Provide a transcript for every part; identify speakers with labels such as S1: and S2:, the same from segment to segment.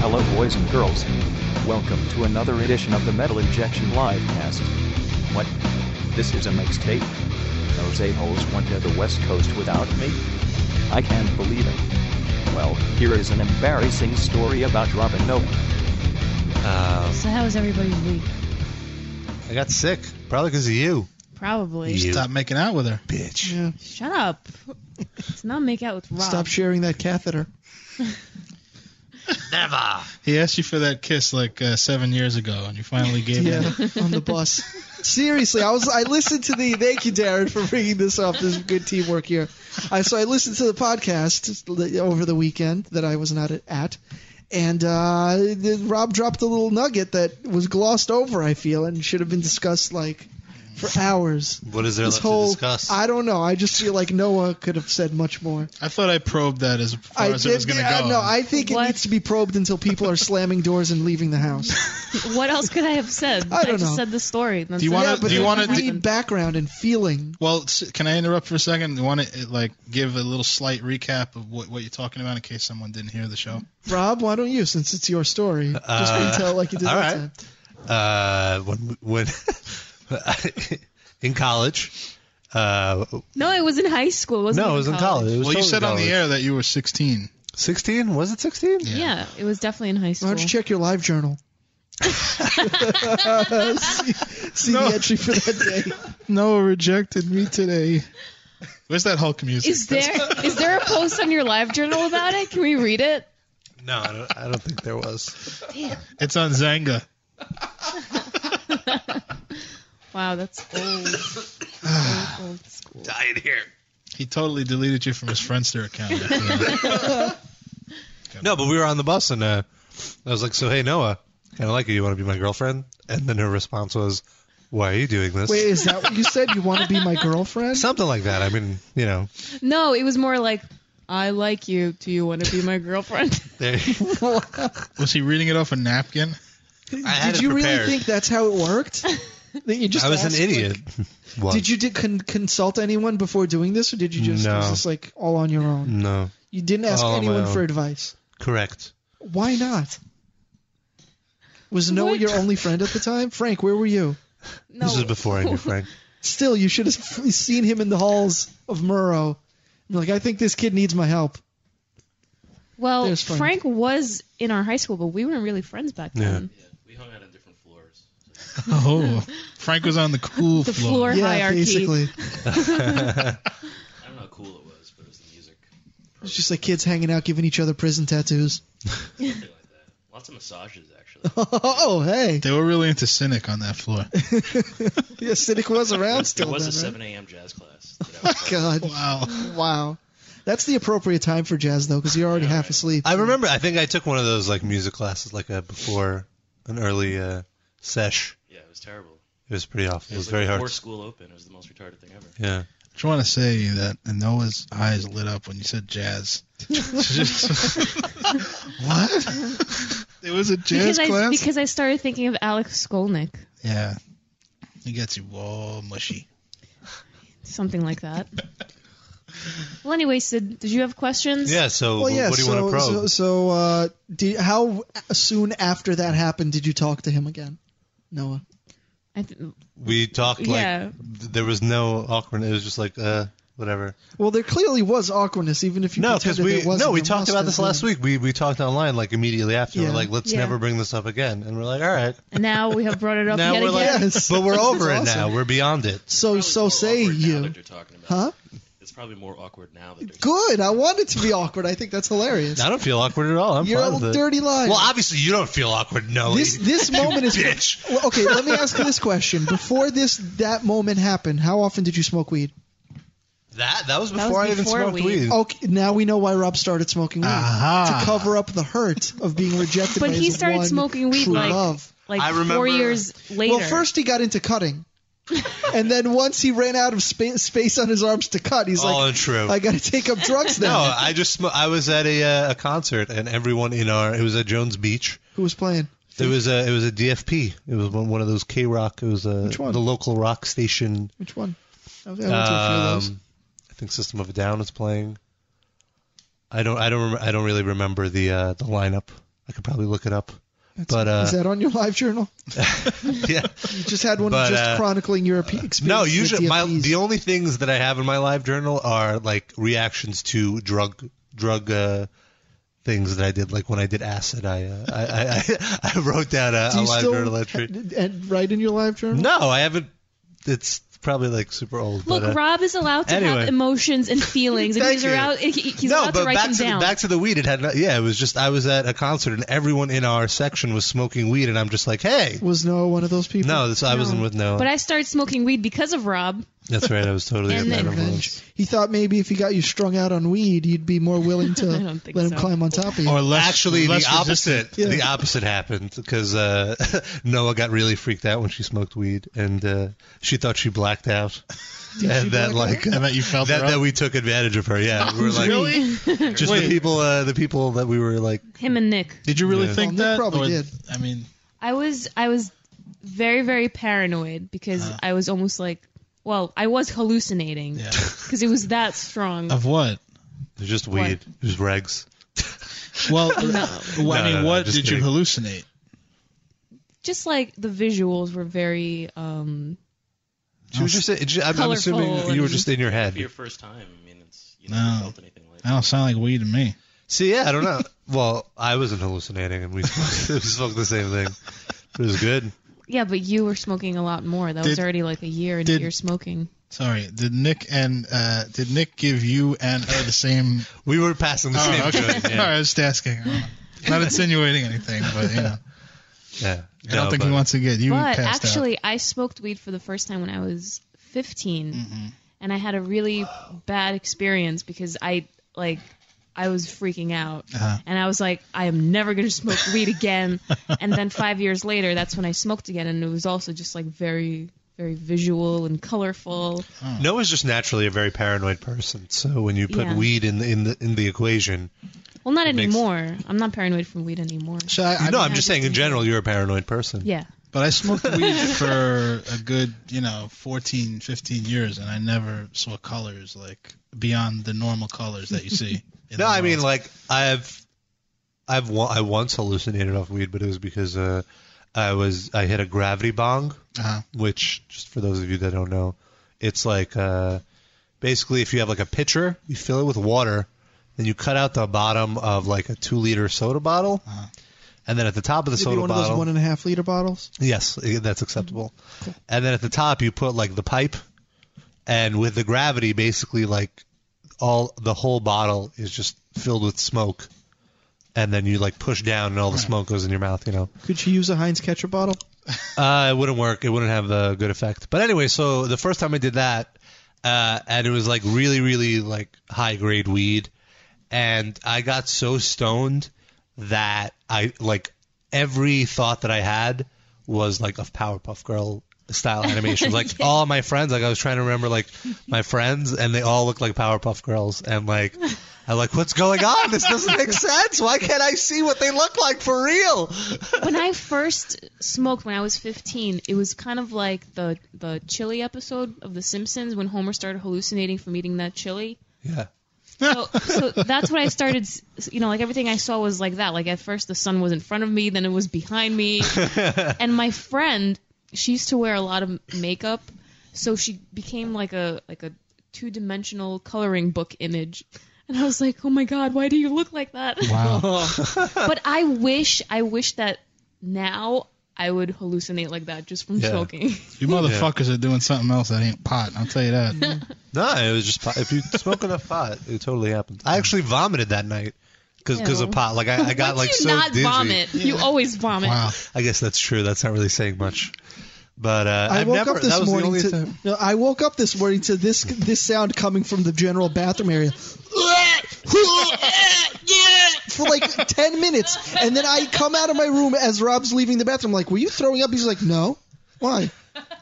S1: Hello, boys and girls. Welcome to another edition of the Metal Injection Livecast. What? This is a mixtape? Those a-holes went to the West Coast without me? I can't believe it. Well, here is an embarrassing story about Robin Noah.
S2: Uh,
S3: So how was everybody's week?
S2: I got sick, probably because of you,
S3: Probably.
S2: You.
S4: Stop making out with her.
S2: bitch.
S3: Shut up. Let's not make out with Rob.
S5: Stop sharing that catheter.
S2: Never.
S4: He asked you for that kiss like uh, seven years ago, and you finally gave
S5: Yeah,
S4: him.
S5: on the bus. Seriously, I was I listened to the thank you Darren for bringing this up. This is good teamwork here. I so I listened to the podcast over the weekend that I was not at, and uh, the- Rob dropped a little nugget that was glossed over. I feel and should have been discussed like for hours.
S2: What is there
S5: This
S2: left
S5: whole
S2: to discuss?
S5: I don't know. I just feel like Noah could have said much more.
S4: I thought I probed that as far
S5: I
S4: as it was going to
S5: yeah,
S4: go.
S5: No, I think
S3: What?
S5: it needs to be probed until people are slamming doors and leaving the house.
S3: What else could I have said?
S5: I don't
S3: just
S5: know.
S3: said the story. That's
S4: Do you
S3: it.
S4: wanna-
S5: yeah, but
S4: do you
S5: then
S4: wanna
S5: you need background and feeling.
S4: well, s- can I interrupt for a second? You want to like give a little slight recap of what, what you're talking about in case someone didn't hear the show?
S5: Rob, why don't you, since it's your story, just
S2: Uh,
S5: retell like you did
S2: all
S5: last
S2: right. uh,
S5: time.
S2: when when in college. Uh,
S3: No, it was in high school. It wasn't
S2: no, it
S3: even
S2: was in college. It was
S4: Well, you
S2: totally
S4: said on
S2: college.
S4: the air that you were 16.
S2: 16? Was it 16?
S3: Yeah. it was definitely in high
S5: Why
S3: school.
S5: don't you check your live journal? see see the entry for that day.
S4: Noah rejected me today. Where's that Hulk music?
S3: is there is there a post on your live journal about it? Can we read it?
S2: No, I don't, I don't think there was.
S4: It's on Zanga.
S3: Wow, that's old. old, old school.
S2: Died here.
S4: He totally deleted you from his Friendster account.
S2: No, but we were on the bus and uh, I was like, so hey, Noah, kind of like you. You want to be my girlfriend? And then her response was, why are you doing this?
S5: Wait, is that what you said? You want to be my girlfriend?
S2: Something like that. I mean, you know,
S3: No, it was more like I like you. Do you want to be my girlfriend?
S2: there,
S4: was he reading it off a napkin?
S2: had
S5: did
S2: it
S5: you
S2: prepared.
S5: really think that's how it worked? That you just
S2: I was an
S5: asked,
S2: idiot.
S5: like-
S2: What?
S5: did you did con- consult anyone before doing this, or did you just
S2: No.
S5: was this like all on your own?
S2: No.
S5: You didn't ask
S2: All on my
S5: anyone
S2: own.
S5: for advice.
S2: Correct.
S5: Why not? Was Noah
S3: What?
S5: your only friend at the time? Frank, where were you?
S3: No.
S2: This was before I knew Frank.
S5: Still, you should have seen him in the halls of Murrow. You're like, I think this kid needs my help.
S3: Well,
S5: There's Frank.
S3: Frank was in our high school, but we weren't really friends back
S2: Yeah.
S3: then.
S6: We hung out on different floors.
S4: Oh, Frank was on the cool
S3: The floor
S4: floor.
S5: yeah,
S3: hierarchy.
S5: basically.
S6: I don't know how cool it was, but it was the music.
S5: It's just like kids hanging out, giving each other prison tattoos.
S6: Something like that. Lots of massages, actually.
S5: oh, hey.
S4: They were really into Cynic on that floor.
S5: Yeah, Cynic was around
S6: It
S5: still
S6: was a
S5: then,
S6: 7 a.m. jazz class. That I was part of.
S5: right? Oh, God.
S4: Wow.
S5: Wow. That's the appropriate time for jazz, though, because you're already half asleep.
S2: I remember. I think I took one of those like music classes, like a before an early uh, sesh.
S6: yeah, it was terrible.
S2: It was pretty awful. It was
S6: like
S2: very
S6: before
S2: hard.
S6: school open. It was the most retarded thing ever.
S2: Yeah.
S4: I just want to say that Noah's eyes lit up when you said jazz. Just- what? It was a
S3: Because
S4: jazz
S3: I,
S4: class?
S3: because I started thinking of Alex Skolnick,
S4: yeah. He gets you all mushy.
S3: something like that. well, anyway, Sid, did you have questions?
S2: Yeah. So
S5: Well,
S2: wh-
S5: yeah,
S2: what do you
S5: so,
S2: want to probe?
S5: so, so uh, did, how soon after that happened did you talk to him again, Noah?
S3: I th-
S2: we talked like
S3: Yeah.
S2: th- there was no awkwardness. It was just like uh whatever.
S5: Well, there clearly was awkwardness, even if you
S2: No, because
S5: pretended
S2: we
S5: there wasn't.
S2: no we
S5: There
S2: talked
S5: must
S2: about
S5: have
S2: this
S5: been.
S2: last week. We we talked online like immediately after.
S5: Yeah.
S2: We're like, let's
S3: Yeah.
S2: never bring this up again. And we're like, all right.
S3: and now we have brought it up
S2: now
S3: yet
S2: we're
S3: again.
S2: like,
S5: Yes.
S2: but we're
S5: This
S2: over
S5: is
S2: it now.
S5: awesome.
S2: We're beyond it.
S5: So
S6: Probably
S5: so
S6: more
S5: say
S6: awkward Now
S5: you.
S6: that you're talking about.
S5: Huh?
S6: It's probably more awkward now that they're
S5: Good. I want it to be awkward. I think that's hilarious.
S2: I don't feel awkward at all. I'm
S5: You're
S2: fine
S5: a
S2: with it.
S5: dirty liar.
S2: Well, obviously you don't feel awkward, no.
S5: this this moment is
S2: bitch.
S5: Well, okay, let me ask you this question. Before this that moment happened, how often did you smoke weed?
S2: That that was
S3: was
S2: before, I even
S3: before
S2: smoked
S3: we-
S2: weed.
S5: Okay, now we know why Rob started smoking weed
S4: Aha.
S5: to cover up the hurt of being rejected.
S3: But
S5: by
S3: he
S5: his
S3: started
S5: one
S3: smoking weed,
S5: true
S3: like-
S5: love.
S3: Like
S2: I
S3: four
S2: remember-
S3: years later.
S5: Well, first he got into cutting, and then once he ran out of spa- space on his arms to cut, he's
S2: All
S5: like,
S2: untrue.
S5: "I got to take up drugs
S2: Oh, no,
S5: now."
S2: I just sm- I was at a uh, a concert and everyone in our it was at Jones Beach.
S5: Who was playing?
S2: It was a it was a DFP. It was one, one of those K Rock. It was a
S5: Which one?
S2: the local rock station.
S5: Which one? I went to a few of those.
S2: Um, I think System of a Down was playing. I don't I don't rem- I don't really remember the uh, the lineup. I could probably look it up. but uh,
S5: Is that on your live journal?
S2: yeah,
S5: You just had one
S2: But,
S5: just
S2: uh,
S5: chronicling your EP experience.
S2: no.
S5: with
S2: Usually, my
S5: DFDs.
S2: the only things that I have in my live journal are like reactions to drug drug uh, things that I did. Like when I did acid, I uh, I, I, I I wrote down a,
S5: Do
S2: a
S5: you
S2: live
S5: still
S2: journal entry.
S5: and- E and write in your live journal?
S2: No, I haven't. It's probably like super old.
S3: Look,
S2: but, uh,
S3: Rob is allowed to
S2: anyway.
S3: have emotions and feelings, and
S2: Thank
S3: he's
S2: you.
S3: allowed, he- he's
S2: no,
S3: allowed
S2: but
S3: to write
S2: back
S3: them
S2: to
S3: down.
S2: The, back to the weed. It had not, yeah, it was just I was at a concert and everyone in our section was smoking weed, and I'm just like, hey,
S5: Was Noah one of those people?
S2: no, this, I wasn't with no.
S3: But I started smoking weed because of Rob.
S2: That's right, I was totally at
S3: And
S2: that
S3: then-
S2: influence.
S5: He thought maybe if he got you strung out on weed, you'd be more willing to
S3: I don't
S5: let
S3: think
S5: him
S3: so.
S5: climb on top of you.
S4: Or less,
S2: Actually,
S4: less
S2: the opposite.
S5: Yeah.
S2: The opposite happened because uh, Noah got really freaked out when she smoked weed, and uh, she thought she blacked out, and that like
S4: resistant. I bet you felt
S2: that,
S4: her
S2: that
S4: up. Oh,
S2: we took advantage of her. Yeah, we were like just the people uh, the people that we were like
S3: Him and Nick.
S4: Did you really
S2: Yeah. Oh,
S4: think
S5: Well, Nick
S4: that?
S5: probably
S4: Or-
S5: did.
S4: I mean,
S3: I was I was very very paranoid because
S2: Uh.
S3: I was almost like well I was hallucinating
S4: yeah.
S3: because it was that
S2: Um,
S3: strong.
S4: of what?
S2: it was just weed, it was regs.
S4: Well, well,
S2: No,
S4: I mean,
S2: no, no,
S4: what
S2: just
S4: did
S2: kidding.
S4: you hallucinate?
S3: Just like the visuals were very um
S2: She was just. I'm, I'm assuming
S3: Colorful
S2: you were
S3: and-
S2: just in your
S6: For your
S2: head.
S6: first time, I mean, it's you know,
S4: No.
S6: never felt anything like
S4: That
S6: that.
S4: don't sound like weed to me.
S2: See, yeah, I don't know. well, I wasn't hallucinating, and we smoked, we smoked the same thing. It was good.
S3: yeah, but you were smoking a lot more. That was
S4: Did-
S3: already like a year into
S4: did-
S3: your smoking.
S4: Sorry, did Nick and uh, did Nick give you and her the same?
S2: We were passing the same
S4: Oh, okay.
S2: joint.
S4: All
S2: Yeah.
S4: right, I was just asking. I don't know. Not insinuating anything, but you know,
S2: yeah.
S4: I don't
S2: No,
S4: think
S2: but-
S4: he wants to get you
S3: But
S4: passed
S3: actually, I smoked weed for the first time when I was 15,
S4: Mhm.
S3: and I had a really bad experience because I like I was freaking out,
S4: Uh-huh.
S3: and I was like, I am never gonna smoke weed again. and then five years later, that's when I smoked again, and it was also just like very, very visual and colorful.
S4: Hmm.
S2: Noah's just naturally a very paranoid person. So when you put
S3: Yeah.
S2: weed in the, in the in the equation,
S3: Well, not
S2: makes-
S3: anymore. I'm not paranoid from weed anymore.
S4: out. So I, I
S2: no,
S4: mean,
S2: I'm just saying in general you're a paranoid person.
S3: Yeah.
S4: But I smoked weed for a good, you know, 14, 15 years, and I never saw colors like beyond the normal colors that you see. in
S2: No,
S4: the
S2: I mean
S4: world.
S2: like I've I've wa- I once hallucinated off weed, but it was because uh, I was I hit a gravity bong.
S4: Uh-huh.
S2: which just for those of you that don't know, it's like uh, basically if you have like a pitcher, you fill it with water, then you cut out the bottom of like a two liter soda bottle,
S4: Uh-huh.
S2: and then at the top of the
S5: Maybe
S2: soda
S5: one of
S2: bottle,
S5: those one and a half liter bottles.
S2: yes, eh, that's acceptable, and then at the top you put like the pipe, and with the gravity, basically like all the whole bottle is just filled with smoke. And then you like push down, and all the smoke goes in your mouth. You know,
S5: Could you use a Heinz ketchup bottle?
S2: uh, it wouldn't work. It wouldn't have a good effect. But anyway, so the first time I did that, uh, and it was like really, really like high grade weed, and I got so stoned that I like every thought that I had was like of Powerpuff Girl style animations. Like all my friends, like I was trying to remember like my friends, and they all looked like Powerpuff Girls, and like. I'm like, what's going on? This doesn't make sense. Why can't I see what they look like for real?
S3: when I first smoked when I was 15, it was kind of like the the chili episode of The Simpsons when Homer started hallucinating from eating that chili.
S2: Yeah.
S3: So, so that's what I started. s- You know, like everything I saw was like that. Like at first the sun was in front of me, then it was behind me. and my friend, she used to wear a lot of makeup, so she became like a like a two dimensional coloring book image. And I was like, oh my god, why do you look like that?
S4: Wow.
S3: but I wish, I wish that now I would hallucinate like that just from
S2: Yeah.
S3: smoking.
S4: you motherfuckers are doing something else that ain't pot. I'll tell you that.
S2: No, it was just pot. If you smoke enough pot, it totally happens. I actually vomited that night because of
S3: Ew.
S2: pot. Like I, I got
S3: Once
S2: like
S3: you
S2: so
S3: not
S2: dizzy.
S3: vomit, you always vomit.
S4: wow.
S2: I guess that's true. That's not really saying much. But uh,
S5: I
S2: I've
S5: woke
S2: never.
S5: up this
S2: that was the
S5: morning
S2: only
S5: to
S2: time.
S5: no, I woke up this morning to this this sound coming from the general bathroom area for like 10 minutes and then I come out of my room as Rob's leaving the bathroom like were you throwing up he's like no why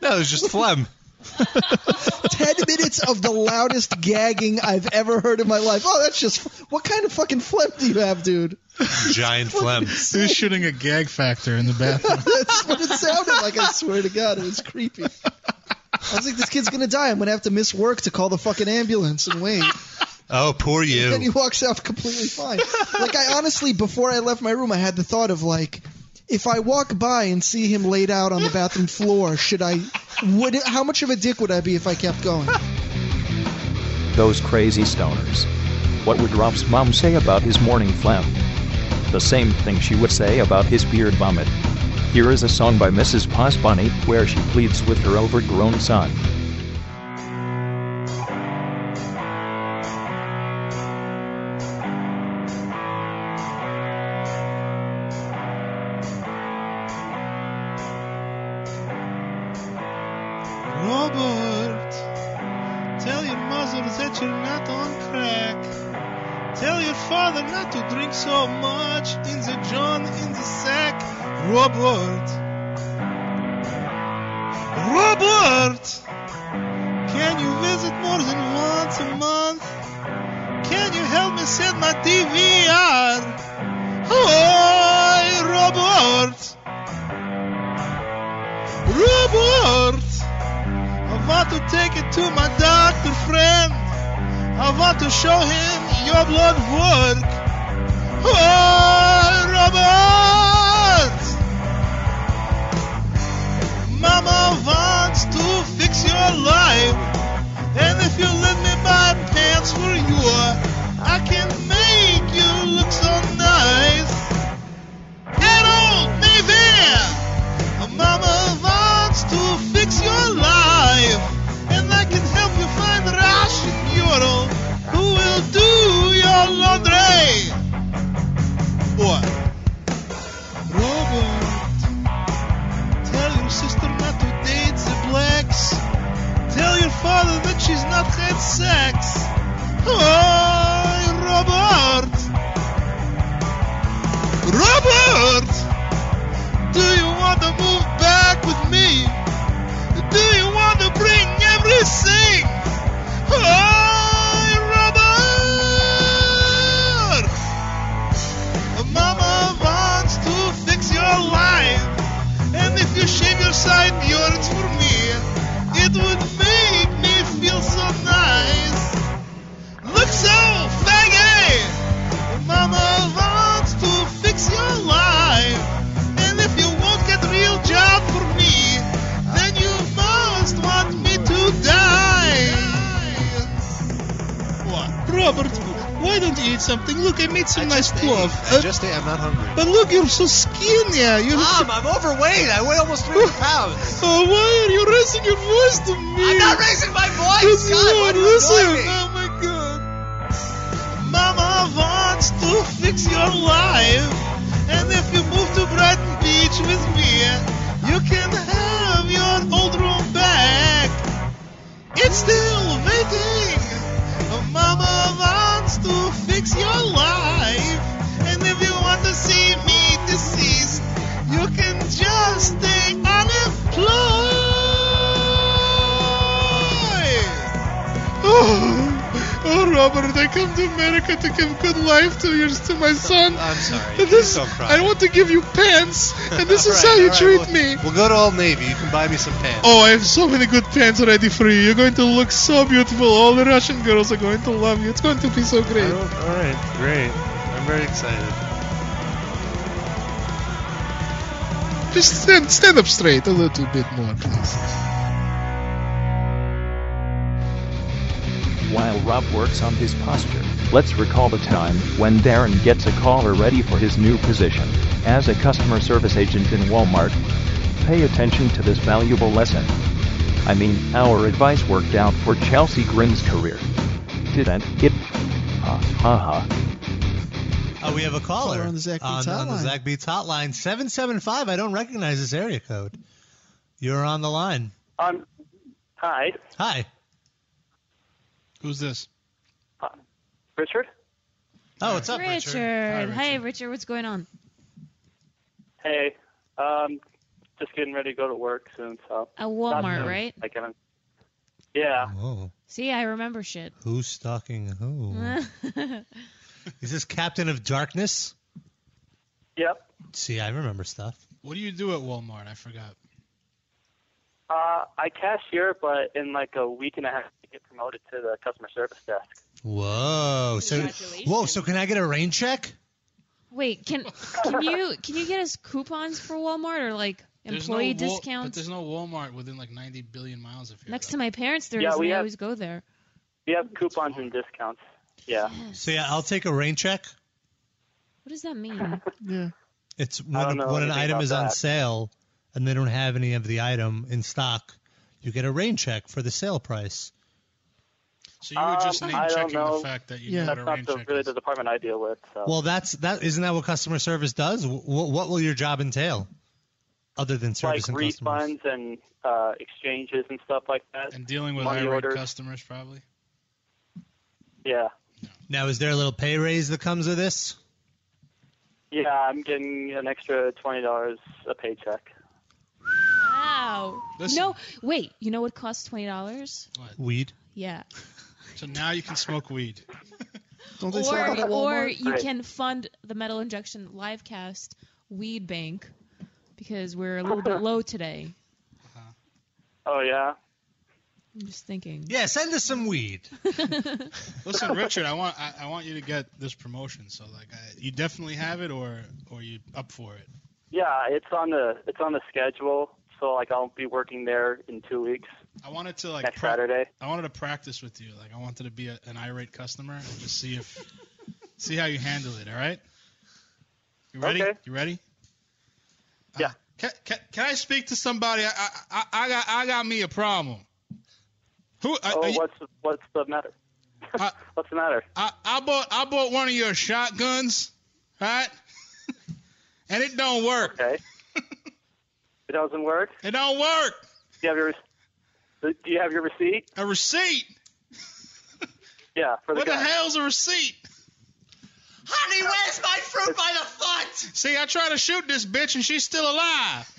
S2: No, it was just phlegm.
S5: 10 minutes of the loudest gagging I've ever heard in my life oh that's just what kind of fucking phlegm do you have dude
S2: Giant phlegm.
S4: Who's shooting a gag factor in the bathroom?
S5: That's what it sounded like. I swear to God, it was creepy. I was like, this kid's gonna die. I'm gonna have to miss work to call the fucking ambulance and wait.
S2: Oh, poor
S5: And then he
S2: you.
S5: walks out completely fine. like I honestly, before I left my room, I had the thought of like, if I walk by and see him laid out on the bathroom floor, should I? Would how much of a dick would I be if I kept going?
S1: Those crazy stoners. What would Rob's mom say about his morning phlegm? The same thing she would say about his beard vomit. Here is a song by Mrs. Pospani where she pleads with her overgrown son.
S4: Robert, tell your mother that you're not on crack. Tell your father not to drink so much in the John in the sack. Robert. Robert! Can you visit more than once a month? Can you help me set my DVR? Hi, Robert! Robert! I want to take it to my doctor friend. I want to show him your blood work. Oh, Robert! Mama wants to fix your life. And if you let me buy pants for you, I can make you look so nice. At Old Navy! Mama wants to fix your life, and I can help you find the Russian Euro who will do your laundry. What? Robert, tell your sister not to date the blacks. Tell your father that she's not had sex. Oh, Robert! Robert! Do you want to move back with me? Do you want to bring everything? Hi, Robert! Mama wants to fix your life. And if you shave your side yards for me, it would make me feel so nice. Look so faggy! Mama wants to fix your life. And if you won't get real job for me, then you must want me to die. What? Robert, why don't you eat something? Look, I made some nice plov. Uh,
S7: just ate. I'm not hungry.
S4: but look, you're so skinny. You're
S7: Mom, I'm overweight. I weigh almost 300 pounds.
S4: Oh, why are you raising your voice to me?
S7: I'm not raising my
S4: Good
S7: voice. God, why
S4: Lord,
S7: do you
S4: listen.
S7: annoy me?
S4: Oh my God. Mama wants to fix your life, and if you move to Brighton Beach with me, you can have your old room back. It's still waiting. Mama wants to fix your life, and if you want to see me deceased, you can just stay unemployed. Oh, oh, Robert, I come to America to give good life to your to my son.
S7: I'm sorry.
S4: And
S7: Please
S4: this,
S7: don't cry.
S4: I want to give you pants, and this is
S7: All
S4: how you
S7: all
S4: treat
S7: we'll-
S4: me.
S7: We'll go to Old Navy. You can buy me some pants.
S4: Oh, I have so many good pants ready for you. You're going to look so beautiful. All the Russian girls are going to love you. It's going to be so
S7: I
S4: great.
S7: don't- all right, great. I'm very excited.
S4: Just stand, stand up straight a little bit more, please.
S1: While Rob works on his posture, let's recall the time when Darren gets a caller ready for his new position as a customer service agent in Walmart. Pay attention to this valuable lesson. I mean, our advice worked out for Chelsea Grin's career. Didn't it? Ha ha ha.
S2: Oh, we have a caller,
S5: Caller on the Zach
S2: on,
S5: Beats
S2: on the
S5: hotline.
S2: Zach Beats hotline seven seven five. I don't recognize this area code. You're on the line.
S8: Um, hi,
S2: Hi,
S4: Who's this?
S8: Richard.
S2: Oh, what's up, Richard? Hi,
S3: Richard. Hey, Richard, what's going on?
S8: Hey, um, just getting ready to go to work soon, so
S3: At
S8: not
S3: Walmart,
S8: soon,
S3: right?
S8: Like, I don't- yeah,
S2: Whoa,
S3: See, I remember shit.
S2: Oh, who's stalking who? Hmm.
S3: That's
S2: Is this Captain of Darkness?
S8: yep.
S2: See, I remember stuff.
S4: What do you do at Walmart? I forgot.
S8: Uh, I cashier, but in like a week and a half, I get promoted to the customer service desk.
S2: Whoa. So,
S9: Congratulations.
S2: whoa. So can I get a rain check?
S3: Wait, can can you can you get us coupons for Walmart or like
S6: There's
S3: employee
S6: no Wal- But
S3: discounts?
S6: there's no Walmart within like 90 billion miles of here.
S3: Next to my parents, there is.
S8: Yeah,
S3: and
S8: we
S3: I
S8: have-
S3: always go there.
S8: We have coupons and discounts. Yeah.
S2: So yeah, I'll take a rain check.
S3: What does that mean?
S5: Yeah.
S2: It's when,
S8: know
S2: when an
S8: anything
S2: item
S8: about
S2: is on
S8: that.
S2: sale and they don't have any of the item in stock, you get a rain check for the sale price.
S6: So you were just
S8: Um,
S6: name
S8: I don't
S6: checking the
S8: know.
S6: fact that you
S5: Yeah.
S6: know what
S8: That's
S6: a
S8: not
S6: rain
S8: the,
S6: check
S8: really
S6: is.
S8: the department I deal with. So.
S2: Well, that's that isn't that what customer service does? Wh- wh- what will your job entail, other than
S8: like
S2: service and customers?
S8: refunds and uh, exchanges and stuff like that.
S6: And dealing with
S8: Money
S6: irate
S8: orders.
S6: customers, probably.
S8: Yeah.
S2: Now, is there a little pay raise that comes with this?
S8: Yeah, I'm getting an extra twenty dollars a paycheck.
S3: Wow.
S6: Listen.
S3: No, wait. You know what costs twenty dollars?
S2: Weed.
S3: Yeah.
S6: So now you can smoke weed.
S5: Don't they sell that
S3: Or
S5: at
S3: or
S5: Walmart?
S3: you
S8: Right.
S3: can fund the metal injection livecast weed bank because we're a little bit low today.
S8: Oh yeah.
S3: I'm just thinking.
S2: Yeah, send us some weed.
S6: Listen, Richard, I want I, I want you to get this promotion. So like, I, you definitely have it, or or you up for it.
S8: Yeah, it's on the it's on the schedule. So like I'll be working there in two weeks
S6: I wanted to like
S8: next
S6: pra-
S8: Saturday.
S6: I wanted to practice with you. Like I wanted to be a, an irate customer and just see if see how you handle it. All right. You ready?
S8: Okay.
S6: You ready?
S8: Yeah.
S6: Can, can, can I speak to somebody? I, I I- I got I got me a problem. Who? uh, I,
S8: Oh,
S6: I,
S8: what's what's the matter?
S6: I-
S8: What's the matter?
S6: Uh, I, I bought I bought one of your shotguns, right? and it don't work.
S8: Okay. it doesn't work.
S6: It don't work.
S8: Do you have your do you have your receipt?
S6: A receipt.
S8: Yeah, for the
S6: What the
S8: gun.
S6: hell's a receipt?
S7: Honey, where's my fruit by the foot?
S6: See, I tried to shoot this bitch and she's still alive.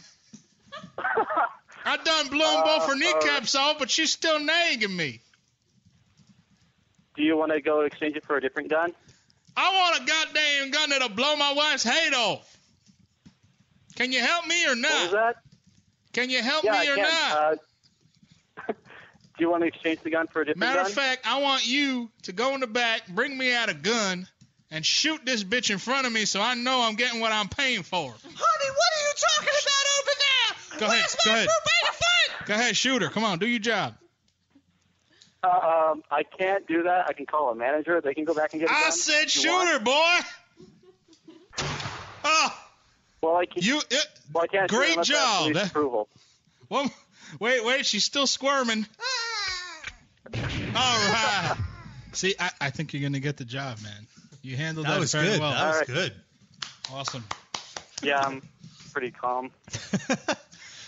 S6: I done blown both
S8: Uh,
S6: her kneecaps off, but she's still nagging me.
S8: Do you want to go exchange it for a different gun?
S6: I want a goddamn gun that'll blow my wife's head off. Can you help me or
S8: What was
S6: not?
S8: that?
S6: Can you help
S8: Yeah,
S6: me or
S8: I can.
S6: not?
S8: Uh, do you want to exchange the gun for a different
S6: Matter
S8: gun?
S6: of fact, I want you to go in the back, bring me out a gun, and shoot this bitch in front of me so I know I'm getting what I'm paying for.
S7: Honey, what are you talking about over there?
S6: Go ahead,
S7: where's
S6: go
S7: my
S6: ahead.
S7: fruit by the foot?
S6: Go ahead, shoot her. Come on, do your job.
S8: Uh, um, I can't do that. I can call a manager. They can go back and get. a
S6: I
S8: gun
S6: said
S8: if you
S6: shoot
S8: want.
S6: her, boy. Oh,
S8: Well, I can't.
S6: you. It,
S8: well, I can't do it
S6: great
S8: unless I have
S6: job.
S8: police
S6: That-
S8: Approval.
S6: well, wait, wait. She's still squirming. All right. See, I, I think you're gonna get the job, man. You handled that,
S2: That was
S6: very
S2: good.
S6: well.
S2: That was
S8: Alright.
S2: good.
S6: Awesome.
S8: Yeah, I'm pretty calm.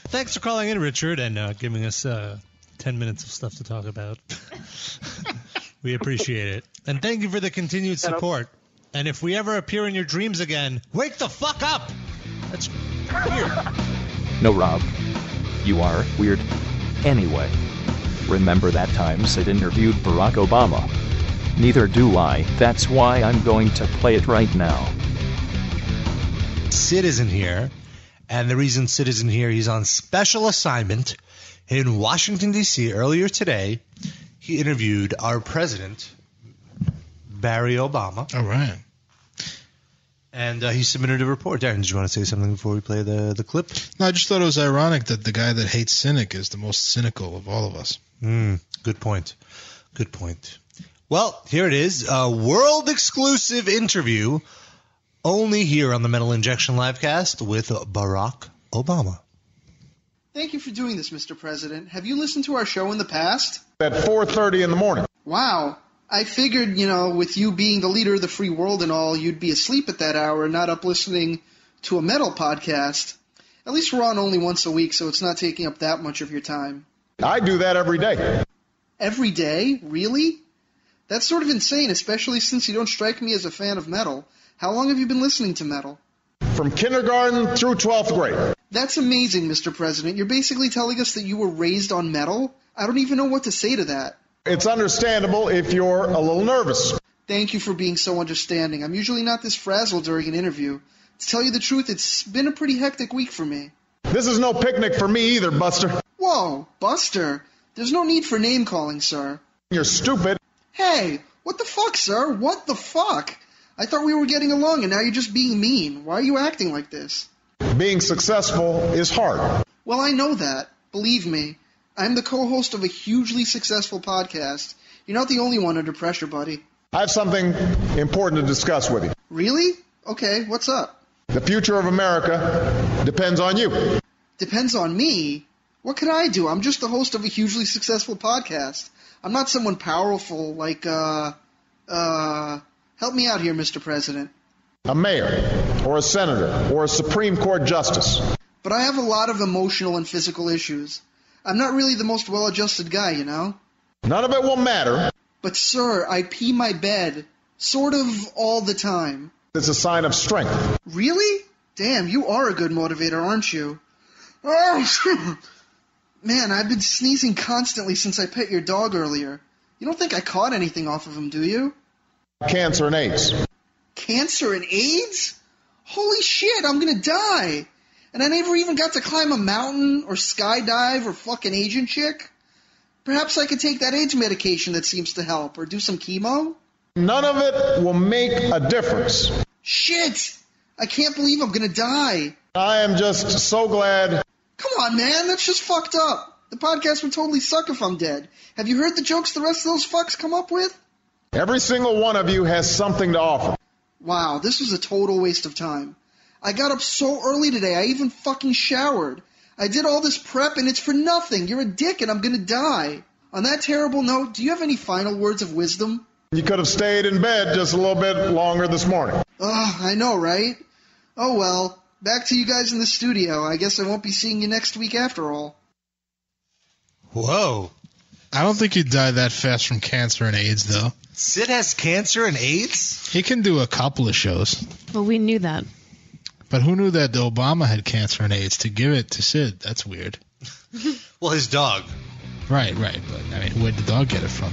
S2: Thanks for calling in, Richard, and uh, giving us uh, 10 minutes of stuff to talk about. we appreciate it. And thank you for the continued
S8: Hello.
S2: support. And if we ever appear in your dreams again, wake the fuck up! That's weird.
S1: No, Rob. You are weird. Anyway, remember that time Sid interviewed Barack Obama? Neither do I, that's why I'm going to play it right now.
S2: Sid isn't here. And the reason Sid isn't here, he's on special assignment in Washington, D.C. Earlier today, he interviewed our president, Barry Obama.
S6: All right.
S2: And uh, he submitted a report. Darren, did you want to say something before we play the, the clip?
S6: No, I just thought it was ironic that the guy that hates Cynic is the most cynical of all of us.
S2: Mm, good point. Good point. Well, here it is a world exclusive interview only here on the Metal Injection Livecast with Barack Obama.
S5: Thank you for doing this, Mr. President. Have you listened to our show in the past?
S10: at 4:30 in the morning.
S5: Wow. I figured, you know, with you being the leader of the free world and all, you'd be asleep at that hour, not up listening to a metal podcast. At least we're on only once a week, so it's not taking up that much of your time.
S10: I do that every day.
S5: Every day? Really? That's sort of insane, especially since you don't strike me as a fan of metal. How long have you been listening to metal?
S10: From kindergarten through 12th grade.
S5: That's amazing, Mr. President. You're basically telling us that you were raised on metal? I don't even know what to say to that.
S10: It's understandable if you're a little nervous.
S5: Thank you for being so understanding. I'm usually not this frazzled during an interview. To tell you the truth, it's been a pretty hectic week for me.
S10: This is no picnic for me either, Buster.
S5: Whoa, Buster! There's no need for name calling, sir.
S10: You're stupid.
S5: Hey, What the fuck, sir? What the fuck? I thought we were getting along, and now you're just being mean. Why are you acting like this?
S11: Being successful is hard.
S5: Well, I know that. Believe me, I'm the co-host of a hugely successful podcast. You're not the only one under pressure, buddy.
S11: I have something important to discuss with you.
S5: Really? Okay, what's up?
S11: The future of America depends on you.
S5: Depends on me. What could I do? I'm just the host of a hugely successful podcast. I'm not someone powerful like uh uh help me out here, Mr. President.
S11: A mayor, or a senator, or a Supreme Court justice.
S5: But I have a lot of emotional and physical issues. I'm not really the most well-adjusted guy, you know?
S11: None of it will matter.
S5: But sir, I pee my bed sort of all the time.
S11: It's a sign of strength.
S5: Really? Damn, you are a good motivator, aren't you? Oh, man, I've been sneezing constantly since I pet your dog earlier. You don't think I caught anything off of him, do you?
S11: Cancer and AIDS.
S5: Cancer and AIDS? Holy shit, I'm gonna die! And I never even got to climb a mountain or skydive or fuck an Asian chick? Perhaps I could take that AIDS medication that seems to help or do some chemo?
S11: None of it will make a difference.
S5: Shit! I can't believe I'm gonna die.
S11: I am just so glad.
S5: Come on, man, that's just fucked up. The podcast would totally suck if I'm dead. Have you heard the jokes the rest of those fucks come up with?
S11: Every single one of you has something to offer.
S5: Wow, this was a total waste of time. I got up so early today, I even fucking showered. I did all this prep and it's for nothing. You're a dick and I'm gonna die. On that terrible note, do you have any final words of wisdom?
S11: You could have stayed in bed just a little bit longer this morning.
S5: Ugh, I know, right? Oh well, back to you guys in the studio. I guess I won't be seeing you next week after all.
S12: Whoa.
S6: I don't think he'd die that fast from cancer and AIDS, though.
S13: Sid has cancer and AIDS?
S6: He can do a couple of shows.
S3: Well, we knew that.
S6: But who knew that Obama had cancer and AIDS to give it to Sid? That's weird.
S13: Well, his dog.
S6: Right, right. But, I mean, where'd the dog get it from?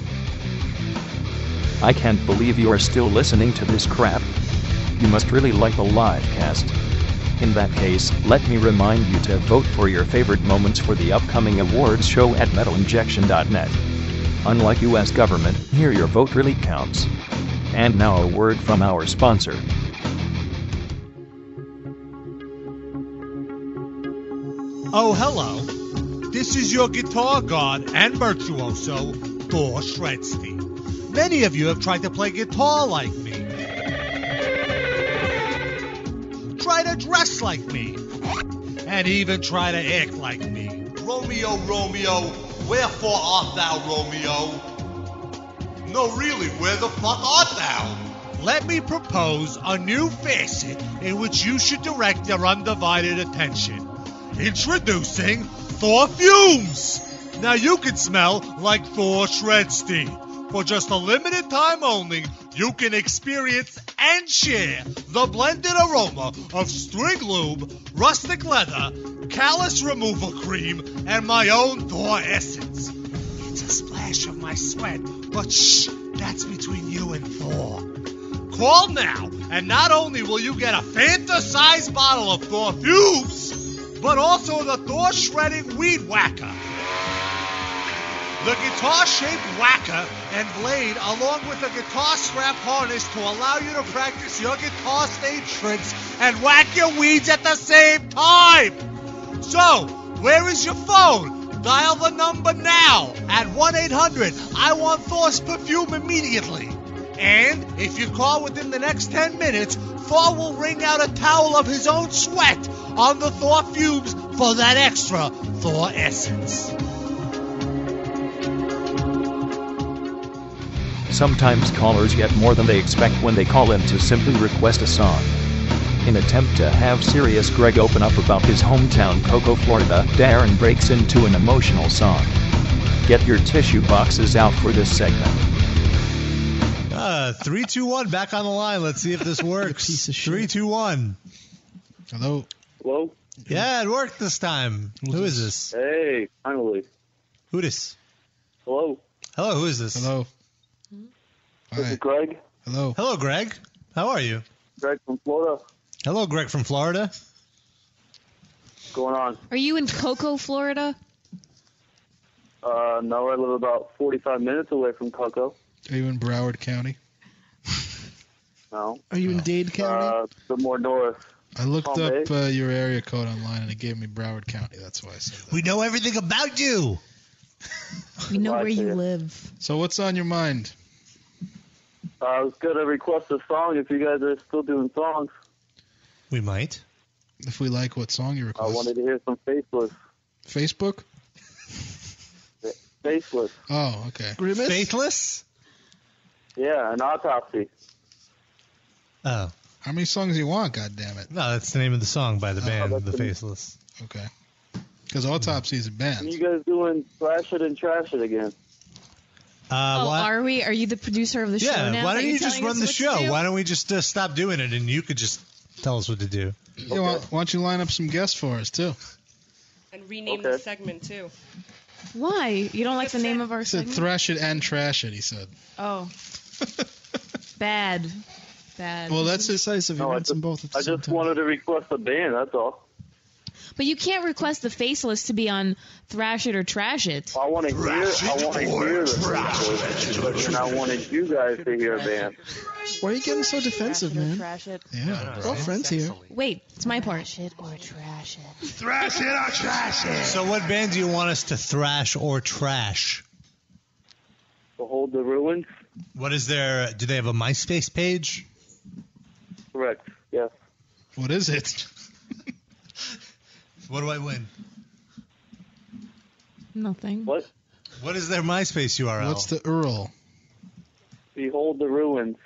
S1: I can't believe you are still listening to this crap. You must really like the live cast. In that case, let me remind you to vote for your favorite moments for the upcoming awards show at metalinjection.net. Unlike US government, here your vote really counts. And now a word from our sponsor.
S2: Oh, hello. This is your guitar god and virtuoso, Thor Shredsky. Many of you have tried to play guitar like me. Try to dress like me. And even try to act like me.
S13: Romeo, Romeo, wherefore art thou, Romeo? No, really, where the fuck art thou?
S2: Let me propose a new facet in which you should direct your undivided attention. Introducing Thor Fumes! Now you can smell like Thor Shredstein. For just a limited time only, you can experience and share the blended aroma of string lube, rustic leather, callus removal cream, and my own Thor essence. It's a splash of my sweat, but shh, that's between you and Thor. Call now, and not only will you get a Fanta-sized bottle of Thor Fumes, but also the Thor Shredding Weed Whacker. The guitar-shaped whacker and blade, along with a guitar strap harness to allow you to practice your guitar stage tricks and whack your weeds at the same time. So, where is your phone? Dial the number now at 1-800. I want Thor's perfume immediately. And if you call within the next 10 minutes, Thor will wring out a towel of his own sweat on the Thor fumes for that extra Thor essence.
S1: Sometimes callers get more than they expect when they call in to simply request a song. In attempt to have serious Greg open up about his hometown Cocoa, Florida, Darren breaks into an emotional song. Get your tissue boxes out for this segment.
S12: Uh, three, two, one. Back on the line. Let's see if this works.
S14: piece of shit.
S12: Three, two, one.
S6: Hello?
S8: Hello?
S12: Yeah, it worked this time. Who is this?
S8: Hey, finally.
S12: Who this?
S8: Hello?
S12: Hello, who is this?
S6: Hello? All
S8: This is
S6: right.
S8: Greg.
S6: Hello?
S12: Hello, Greg. How are you?
S8: Greg from Florida.
S12: Hello, Greg from Florida.
S8: What's going on?
S3: Are you in Cocoa, Florida?
S8: Uh, now I live about 45 minutes away from Cocoa.
S6: Are you in Broward County?
S8: No.
S5: Are you in Dade County?
S8: Uh, bit more north.
S6: I looked
S8: Palm
S6: up
S8: Bay.
S6: uh, your area code online and it gave me Broward County. That's why I said that.
S2: We know everything about you.
S3: We know
S8: where you
S3: live.
S6: So what's on your mind?
S8: Uh, I was gonna request a song if you guys are still doing songs.
S2: We might.
S6: If we like what song you
S8: I
S6: request.
S8: wanted to hear some faceless.
S6: Facebook?
S8: Faceless.
S6: Oh, okay.
S5: Grimace?
S2: Faithless?
S8: Yeah, an autopsy.
S2: Oh.
S6: How many songs do you want, God damn it?
S2: No, that's the name of the song by the band,
S8: Uh, that's
S2: The
S8: the-
S2: Faceless.
S6: Okay. Because Autopsy is a band.
S8: And you guys doing thrash it and trash it again?
S2: Uh,
S3: oh,
S2: why-
S3: are we? Are you the producer of the show
S2: yeah,
S3: now?
S2: why
S3: Is that
S2: don't you
S3: you're
S2: just
S3: telling
S2: run
S3: us
S2: the
S3: what to
S2: show?
S3: do?
S2: Why don't we just uh, stop doing it and you could just tell us what to do?
S6: Yeah, why, why don't you line up some guests for us, too?
S15: And rename the segment too.
S3: Why? You don't like the name of our
S6: He said
S3: segment?
S6: thrash it and trash it, he said.
S3: oh. Bad. Bad.
S6: Well, that's his
S5: size of
S6: no,
S5: both at
S8: I just wanted to request a band. That's all.
S3: But you can't request the faceless to be on Thrash It or Trash It.
S8: I want to hear. I want to hear the faceless, and I wanted you guys to hear a band.
S5: Why are you getting so defensive, man? Trash
S3: it.
S5: Yeah, we're all friends here.
S3: Wait, it's my part. Thrash it or trash it.
S2: Thrash it or trash it. So, what band do you want us to thrash or trash?
S8: Behold the ruins.
S2: What is their? Do they have a MySpace page?
S8: Correct. Yes.
S6: What is it?
S2: What do I win?
S3: Nothing.
S8: What?
S2: What is their MySpace URL?
S6: What's the URL?
S8: Behold the ruins.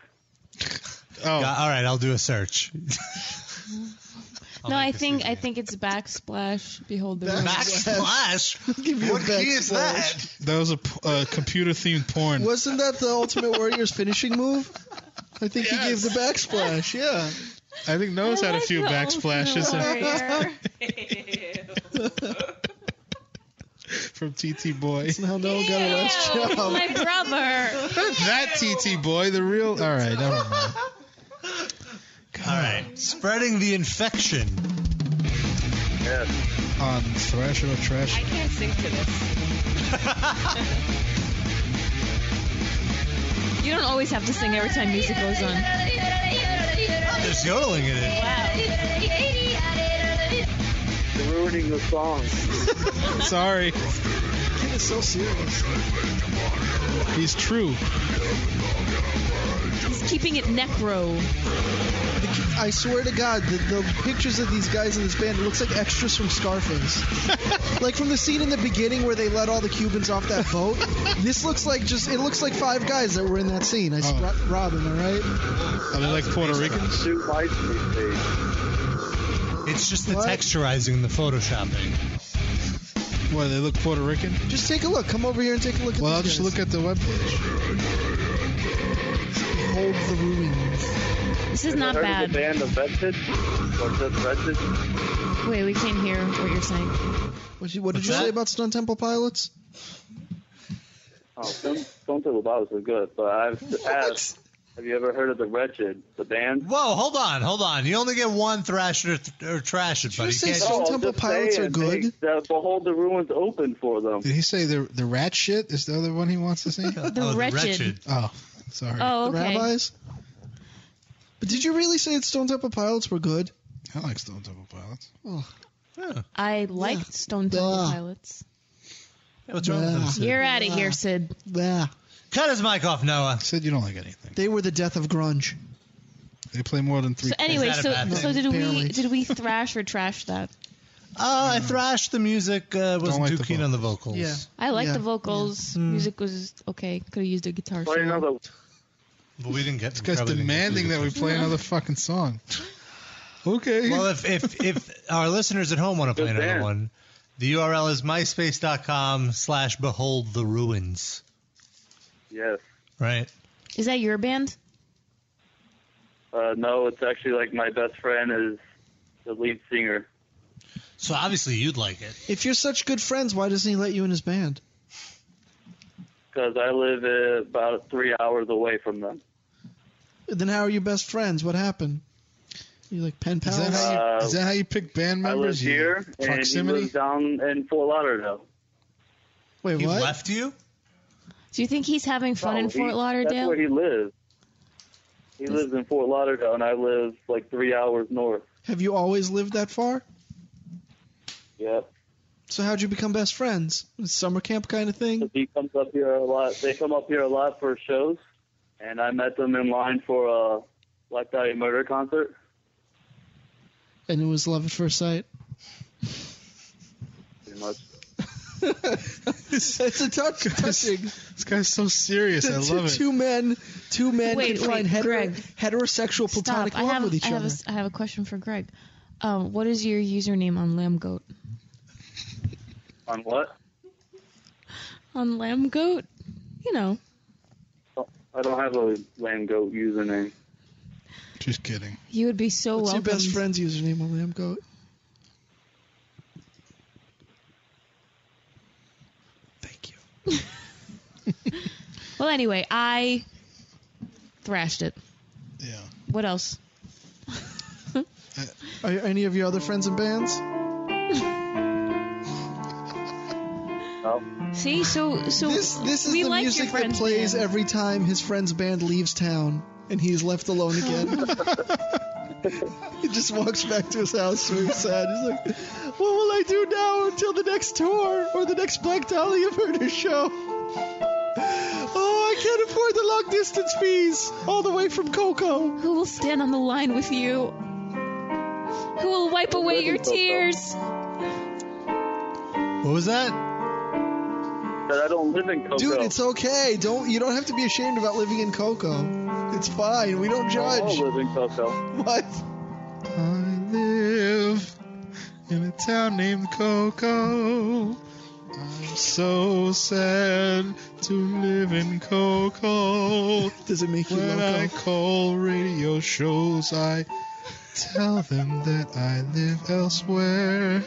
S6: Oh,
S2: all right. I'll do a search.
S3: no, I think I think it's backsplash. Behold the ruins.
S2: Backsplash.
S5: Give you
S2: What
S5: a
S2: key is
S5: backsplash.
S6: That was a p- uh, computer themed porn.
S5: Wasn't that the Ultimate Warrior's finishing move? I think he gave the backsplash. Yeah.
S6: I think Nose had a few backsplashes from TT Boy.
S5: Hell no, got a last job.
S3: My brother.
S6: that TT Boy, the real. All right, never mind.
S2: All right. Spreading the infection.
S8: Yes.
S6: On Thrash or Trash.
S15: I can't sing to this.
S3: You don't always have to sing every time music goes on.
S2: There's yodeling in it.
S8: You're ruining the song.
S6: Sorry.
S5: Kid is so serious.
S6: He's true.
S3: He's keeping it necro.
S5: I swear to God, the, the pictures of these guys in this band it looks like extras from Scarface. like from the scene in the beginning where they let all the Cubans off that boat. This looks like just it looks like five guys that were in that scene.
S6: Oh.
S5: I spot Robin, all right?
S6: Are they like Puerto Ricans?
S8: Shoot MySpace page.
S2: It's just the
S5: What?
S2: texturizing, the photoshopping.
S6: What, they look Puerto Rican?
S5: Just take a look. Come over here and take a look at
S6: Well, I'll
S5: these
S6: just look at the webpage.
S5: guys. Hold the ruins.
S3: This is
S8: Have you
S3: not
S8: heard
S3: bad.
S8: Of the band Avenged or just Rented?
S3: Wait, we can't hear what you're saying.
S5: What, you, what did
S2: What's
S5: you say
S2: that?
S5: about Stunt Temple Pilots?
S8: Oh, some some Temple Pilots are good, but I've asked. Have you ever heard of the Wretched, the band?
S2: Whoa, hold on, hold on. You only get one thrash or, or trash it, buddy.
S5: you say
S2: Can't-
S5: so? Stone
S8: I'm
S5: Temple
S8: Oh, just
S5: Pilots are
S8: saying,
S5: good.
S8: They, the Behold the Ruins open for them.
S6: Did he say the the rat shit is the other one he wants to see?
S3: The
S2: Oh,
S3: wretched.
S6: oh, sorry.
S3: Oh,
S5: The
S3: okay.
S5: rabbis? But did you really say that Stone Temple Pilots were good?
S6: I like Stone Temple Pilots.
S5: Oh,
S3: I liked Stone Temple
S5: Blah.
S3: Pilots.
S2: What's wrong with
S5: Yeah.
S2: them? Sid?
S3: You're out of here, Sid.
S5: yeah.
S2: Cut his mic off, Noah.
S6: Said you don't like anything.
S5: They were the death of grunge.
S6: They play more than three.
S3: So anyway,
S2: that a
S3: so
S2: bad thing?
S3: so did
S5: Barely.
S3: we did we thrash or trash that?
S2: Uh, I thrashed the music. Uh, wasn't
S6: like
S2: too
S6: the
S2: keen on the vocals.
S5: Yeah.
S3: I like
S5: Yeah. Mm.
S3: the vocals. Music was okay. Could have used a guitar.
S8: Play
S3: solo.
S8: another.
S2: But we didn't get.
S6: This guy's
S2: probably didn't get
S6: demanding that
S2: music.
S6: we play another fucking song. Okay.
S2: Well, if, if if our listeners at home want to play
S8: Good
S2: another
S8: band.
S2: one, the URL is myspace.com slash behold the ruins.
S8: Yes.
S2: Right?
S3: Is that your band?
S8: Uh, no, it's actually like my best friend is the lead singer.
S2: So obviously you'd like it.
S5: If you're such good friends, why doesn't he let you in his band?
S8: Because I live uh, about three hours away from them.
S5: Then how are you best friends? What happened? You like pen
S6: is,
S5: pals?
S6: that how you,
S8: Uh,
S6: is that how you pick band
S8: I live
S6: members? You-
S8: here, and he
S6: proximity.
S8: lives down in Fort Lauderdale.
S5: Wait,
S2: He
S5: what?
S2: left you?
S3: Do you think he's having fun
S8: No,
S3: in
S8: Oh, he-
S3: Fort
S8: That's
S3: Lauderdale?
S8: where he lives. He lives in Fort Lauderdale, and I live like three hours north.
S5: Have you always lived that far?
S8: Yep.
S5: So how'd you become best friends? Summer camp kind of thing?
S8: He comes up here a lot. They come up here a lot for shows, and I met them in line for a Black Dahlia Murder concert.
S5: And it was love at first sight.
S8: Pretty much.
S5: it's a touch, touching. This
S6: guy's so serious. I
S5: two,
S6: love it.
S5: Two men, two men
S3: Wait,
S5: can find
S3: wait,
S5: hetero,
S3: Greg.
S5: heterosexual platonic
S3: Stop. I
S5: love
S3: have,
S5: with each
S3: I have,
S5: other.
S3: a s I have a question for Greg. Um, what is your username on Lambgoat?
S8: On what?
S3: On Lambgoat? You know.
S8: I don't have a lamb goat username.
S6: Just kidding.
S3: You would be so
S5: What's
S3: welcome.
S5: your best friend's username on Lambgoat?
S3: Well, anyway, I thrashed it.
S6: Yeah.
S3: What else?
S5: Are any of your other friends in bands?
S3: See, so so
S5: this this is
S3: we
S5: the
S3: like
S5: music
S3: your
S5: that
S3: friends
S5: plays
S3: band.
S5: every time his friend's band leaves town and he's left alone again. he just walks back to his house so sad. He's like, "What will I do now until the next tour or the next Black Dahlia Murder show?" Oh, I can't afford the long distance fees all the way from Coco.
S3: Who will stand on the line with you? Who will wipe away your tears?
S6: What was that?
S8: But I don't live in Coco.
S5: Dude, it's okay. Don't you don't have to be ashamed about living in Coco. It's fine. We don't
S8: I
S5: judge.
S8: don't live in Oh, Coco.
S5: What?
S6: I live in a town named Coco. I'm so sad to live in Coco.
S5: Does it make
S6: when you I call radio shows, I tell them that I live elsewhere.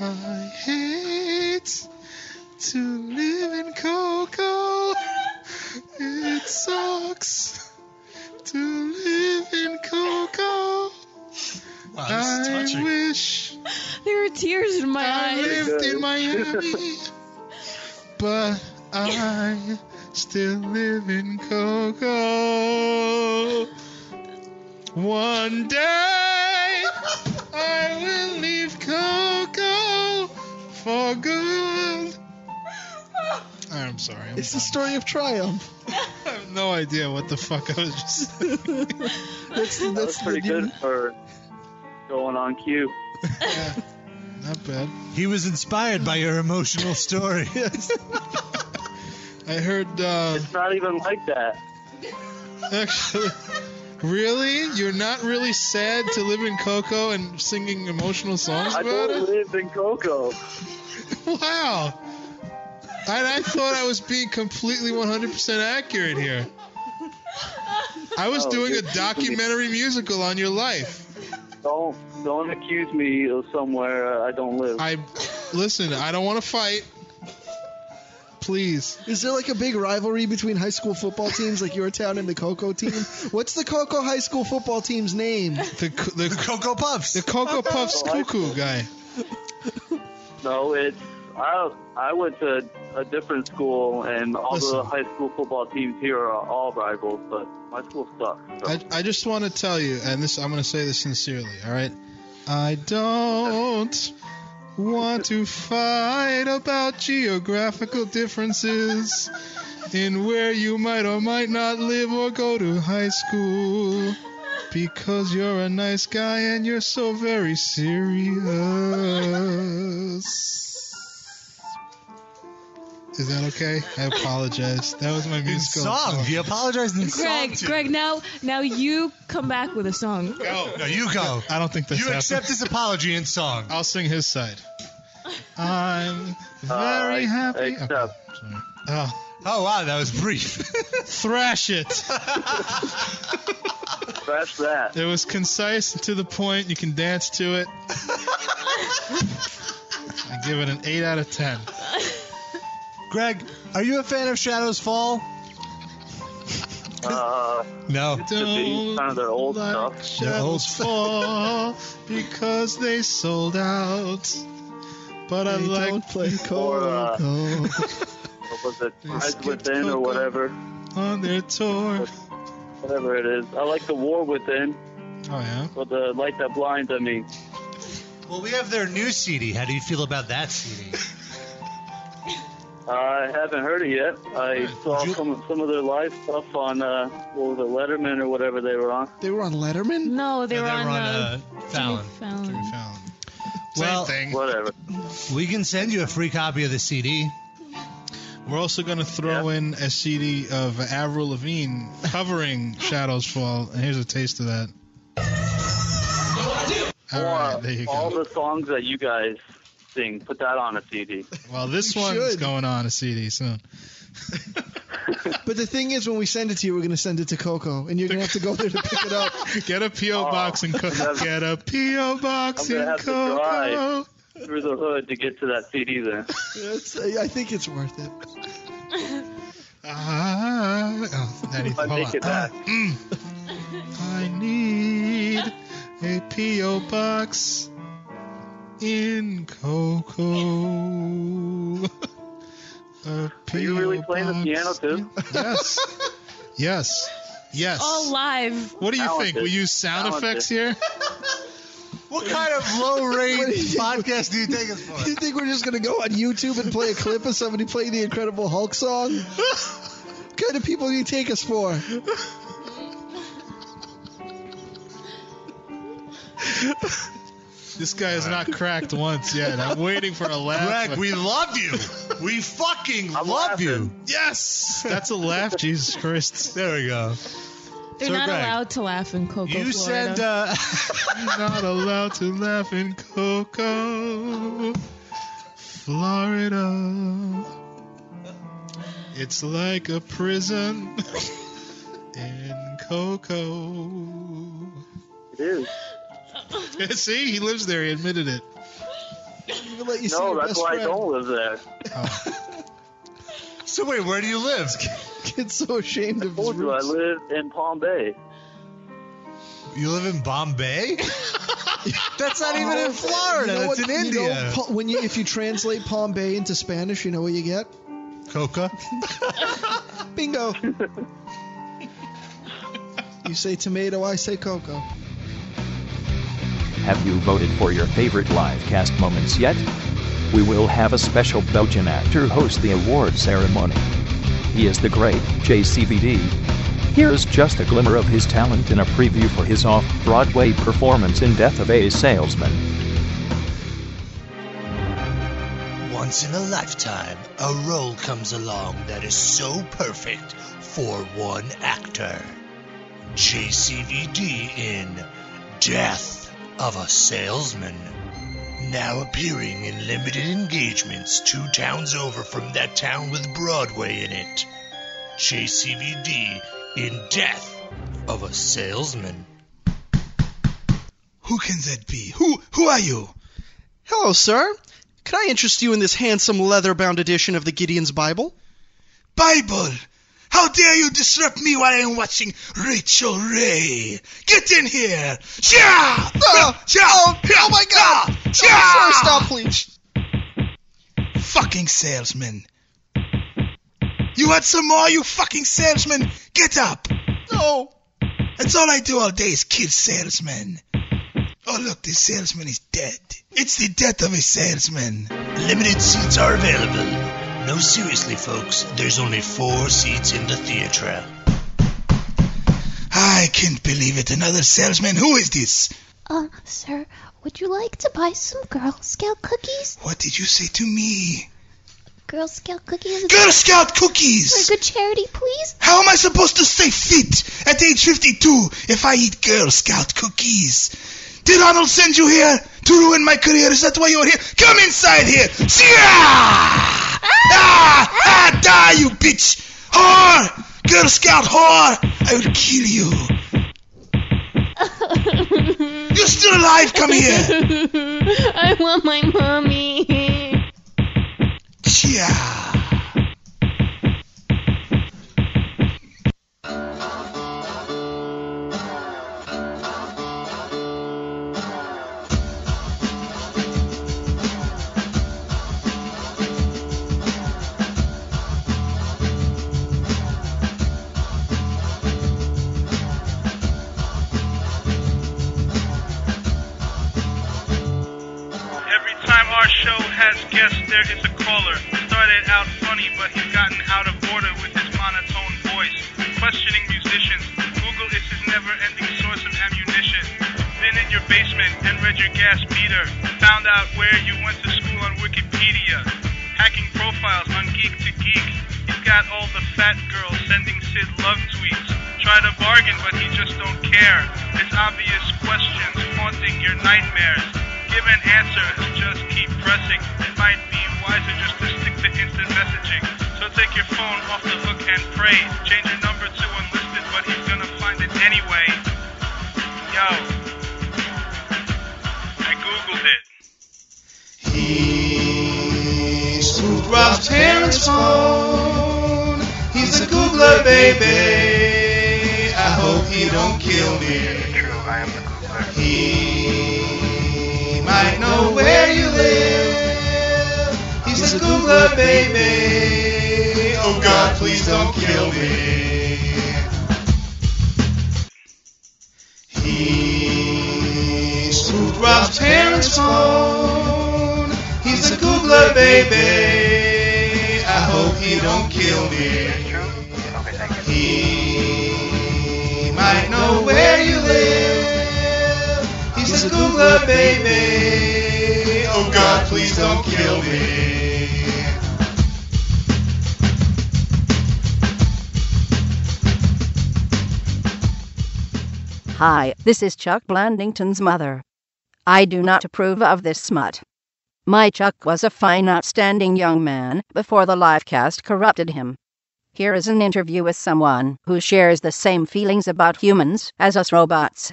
S6: I hate to live in Coco. It sucks to live in Coco.
S3: is
S6: I
S3: touching.
S6: wish
S3: There are tears in my
S6: I
S3: eyes.
S6: lived in Miami, but I still live in Coco. Oh, One day I will leave Coco for good. I'm sorry. I'm
S5: It's the story of triumph.
S6: I have no idea what the fuck I was just.
S5: that's
S8: That was pretty good for going on cue.
S6: Not bad.
S2: He was inspired by your emotional story.
S6: I heard. Uh,
S8: it's not even like that.
S6: Actually, really? You're not really sad to live in Coco and singing emotional songs
S8: I
S6: about
S8: don't
S6: it?
S8: live in Coco.
S6: Wow. And I thought I was being completely 100% accurate here. I was
S8: Oh,
S6: doing a
S8: you're-
S6: documentary musical on your life.
S8: Don't don't accuse me of somewhere I don't live.
S6: I listen. I don't want to fight. Please.
S5: Is there like a big rivalry between high school football teams, like your town and the Coco team? What's the Coco high school football team's name?
S6: The the,
S2: Cocoa Puffs.
S6: The Cocoa Puffs
S8: Oh, I-
S6: cuckoo guy.
S8: No, it's I. I went to a different school, and all the
S6: Listen.
S8: high school football teams here are all rivals. But my school sucks. So.
S6: I, I just want to tell you, and this I'm going to say this sincerely, all right? I don't want to fight about geographical differences in where you might or might not live or go to high school because you're a nice guy and you're so very serious. Is that okay? I apologize. That was my musical.
S2: song. You apologized in
S3: Greg,
S2: song.
S3: Greg, now now you come back with a song.
S2: Go. No, you go.
S6: I don't think that's
S2: You
S6: happening.
S2: accept his apology in song.
S6: I'll sing his side.
S8: Uh,
S6: I'm very
S2: I-
S6: happy.
S2: I
S6: Oh, sorry. Oh.
S2: Oh wow, that was brief.
S6: Thrash it.
S8: That's that.
S6: It was concise and to the point. You can dance to it. I give it an 8 out of 10.
S2: Greg, are you a fan of Shadows Fall?
S8: Uh,
S2: No.
S8: it's the beat, kind of their old stuff.
S6: Shadows fall because they sold out. But I like play
S8: Or, uh,
S6: Coco
S8: what was it? Eyes Within or whatever.
S6: on their tour.
S8: Whatever it is. I like The War Within.
S6: Oh, yeah?
S8: With the light that blinds, I mean.
S2: Well, we have their new CD. How do you feel about that CD?
S8: I haven't heard it yet. I saw some, of- some of their live stuff on, uh, what was it, Letterman or whatever they were on.
S5: They were on Letterman?
S3: No, they were on, uh,
S2: Fallon.
S3: Fallon.
S2: well,
S8: Whatever.
S2: we can send you a free copy of the CD.
S6: We're also going to throw in a CD of Avril Lavigne covering Shadows Fall. And here's a taste of that. All right, there you go.
S8: Uh, All the songs that you guys sing, put that on a CD.
S6: Well, this one's going on a CD soon.
S5: But the thing is, when we send it to you, we're going to send it to Coco, and you're going to have to go there to pick it up.
S6: Get a PO box and co- get a PO box
S8: I'm gonna
S6: and
S8: have to
S6: Coco.
S8: drive through the hood to get to that CD. Then
S5: It's- I think it's worth it.
S2: Uh,
S6: Ah, oh, Natty,
S5: I
S6: hold
S5: take
S6: on.
S5: it back.
S6: Ah, mm. I need a PO box in Coco. A
S8: Are you
S6: P.O.
S8: really playing the
S6: box.
S8: piano too?
S6: Yes. Yes. Yes.
S3: All live.
S6: What do you think? We use sound
S3: Talented.
S6: effects here?
S2: What kind of low
S5: What do
S2: range
S5: you-
S2: podcast do you take us for?
S5: You think we're just going to go on YouTube and play a clip of somebody playing the Incredible Hulk song? what kind of people do you take us for?
S6: This guy is not cracked once yet. I'm waiting for a laugh.
S2: Greg, we love you. We fucking love you.
S6: Yes. That's a laugh, Jesus Christ.
S2: There we go.
S3: They're
S6: So,
S3: not
S6: Greg,
S3: allowed to laugh in Coco,
S6: you
S3: Florida.
S6: said, uh, not allowed to laugh in Coco, Florida. It's like a prison in Coco.
S8: It is.
S6: See, he lives there. He admitted it.
S8: no, that's why I don't live there.
S2: So wait, where do you live?
S5: Kid's so ashamed of his
S8: Told you I
S5: roots.
S8: live in Palm Bay.
S2: You live in Bombay? That's not even in Florida.
S5: Oh, You know
S2: That's
S5: what-
S2: in
S5: you know,
S2: India.
S5: Pa- when you, if you translate Palm Bay into Spanish, you know what you get?
S2: Coca.
S5: Bingo. you say tomato, I say cocoa.
S1: Have you voted for your favorite live cast moments yet? We will have a special Belgian actor host the award ceremony. He is the great JCVD. Here is just a glimmer of his talent in a preview for his off Broadway performance in Death of a Salesman.
S16: Once in a lifetime, a role comes along that is so perfect for one actor. JCVD in Death of a Salesman. Now appearing in limited engagements two towns over from that town with Broadway in it. JCVD in Death of a Salesman.
S17: Who can that be? Who who are you? Hello, sir. Could I interest you in this handsome leather-bound edition of the Gideon's Bible?
S16: Bible! How dare you disrupt me while I'm watching Rachel Ray! Get in here! Yeah! oh, my god!
S17: Sir, stop, please.
S16: Fucking salesman! You want some more, you fucking salesman? Get up! No! That's all I do all day is kill salesmen. Oh, look, this salesman is dead. It's the death of a salesman. Limited seats are available. No, seriously, folks, there's only four seats in the theater. I can't believe it. Another salesman. Who is this?
S18: Uh, sir, would you like to buy some Girl Scout cookies?
S16: What did you say to me?
S18: Girl Scout cookies?
S16: Girl Scout cookies!
S18: For good charity, please?
S16: How am I supposed to stay fit at age 52 if I eat Girl Scout cookies? Did Arnold send you here to ruin my career? Is that why you're here? Come inside here! See ya! Ah! Ah! Die, you bitch! Whore! Girl Scout whore! I will kill you! You're still alive! Come here!
S3: I want my mommy.
S16: Yeah.
S19: our show has guests. There is a caller. It started out funny, but he's gotten out of order with his monotone voice. Questioning musicians. Google is his never-ending source of ammunition. Been in your basement and read your gas meter. Found out where you went to school on Wikipedia. Hacking profiles on Geek to Geek. He's got all the fat girls sending Sid love tweets. Try to bargain, but he just don't care. It's obvious questions haunting your nightmares. Give an answer and just keep pressing. It might be wiser just to stick to instant messaging. So take your phone off the hook and pray. Change your number to unlisted, but he's gonna find it anyway. Yo. I googled it.
S4: He's Scoop Rob's parents' phone. He's a Googler, baby. I hope he don't kill me. True, I am the Googler. He might know where you live. He's, a Googler, baby. Oh God, please don't kill me. He's Scoop Rob's parents' phone. He's a Googler, baby. I hope he don't kill me. He might know where you live. He's a Googler, baby. Oh God, please don't kill me.
S20: Hi, this is Chuck Blandington's mother. I do not approve of this smut. My Chuck was a fine, outstanding young man before the live cast corrupted him. Here is an interview with someone who shares the same feelings about humans as us robots.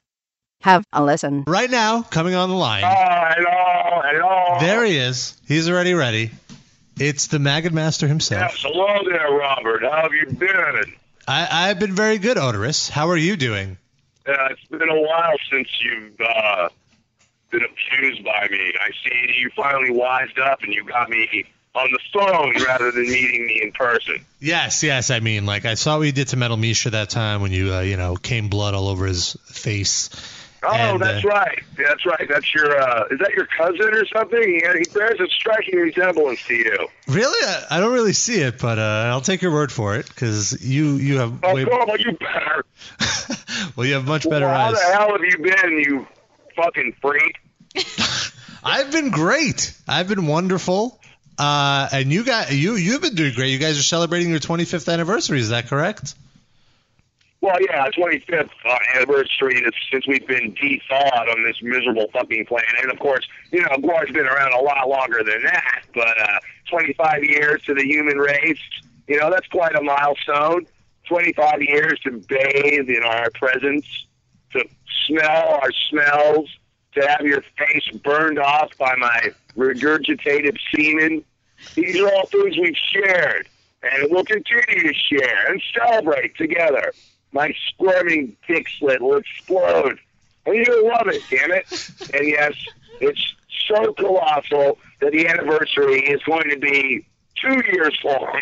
S20: Have a listen.
S2: Right now, coming on the line.
S21: hello, hello.
S2: There he is. He's already ready. It's the Maggot Master himself.
S21: Yes, hello there, Robert. How have you been?
S2: I, I've been very good, Odorous. How are you doing?
S21: Uh, it's been a while since you've uh, been abused by me. I see you finally wised up and you got me on the phone rather than meeting me in person.
S2: Yes, yes. I mean, like I saw what you did to Metal Misha that time when you, uh, you know, came blood all over his face.
S21: Oh,
S2: And,
S21: that's
S2: uh,
S21: right. That's right. That's your. Uh, is that your cousin or something? He, he bears a striking resemblance to you.
S2: Really, I, I don't really see it, but uh, I'll take your word for it because you you have
S21: Oh,
S2: way,
S21: come on, you better.
S2: well you have much better
S21: Well, how
S2: eyes.
S21: the hell have you been, you fucking freak?
S2: I've been great. I've been wonderful. Uh, and you got you you've been doing great. You guys are celebrating your 25th anniversary. Is that correct?
S21: Well, yeah, 25th uh, anniversary that's- since we've been thawed on this miserable fucking planet. And of course, you know, Gore's been around a lot longer than that, but uh, 25 years to the human race, you know, that's quite a milestone. 25 years to bathe in our presence, to smell our smells, to have your face burned off by my regurgitated semen. These are all things we've shared, and we'll continue to share and celebrate together. My squirming dick slit will explode, and you'll love it, damn it! And yes, it's so colossal that the anniversary is going to be two years long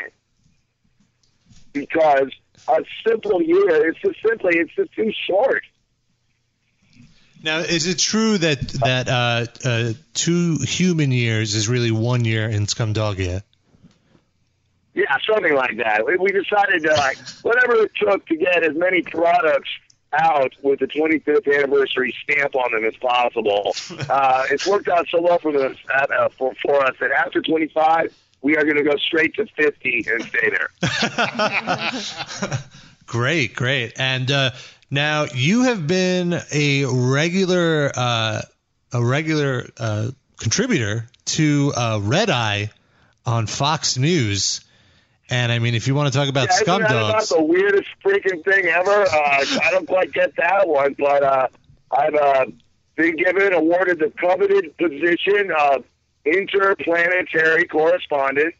S21: because a simple year it's just simply it's just too short.
S2: Now, is it true that that uh, uh, two human years is really one year in Scumdogia?
S21: Yeah, something like that. We, we decided to like whatever it took to get as many products out with the 25th anniversary stamp on them as possible. Uh, it's worked out so well for us uh, for, for us that after 25, we are going to go straight to 50 and stay there.
S2: Great, great. And uh, now you have been a regular uh, a regular uh, contributor to uh, Red Eye on Fox News. And I mean, if you want to talk about
S21: yeah,
S2: scum
S21: isn't that
S2: dogs,
S21: about the weirdest freaking thing ever? Uh, I don't quite get that one, but uh, I've uh, been given, awarded the coveted position of interplanetary correspondent,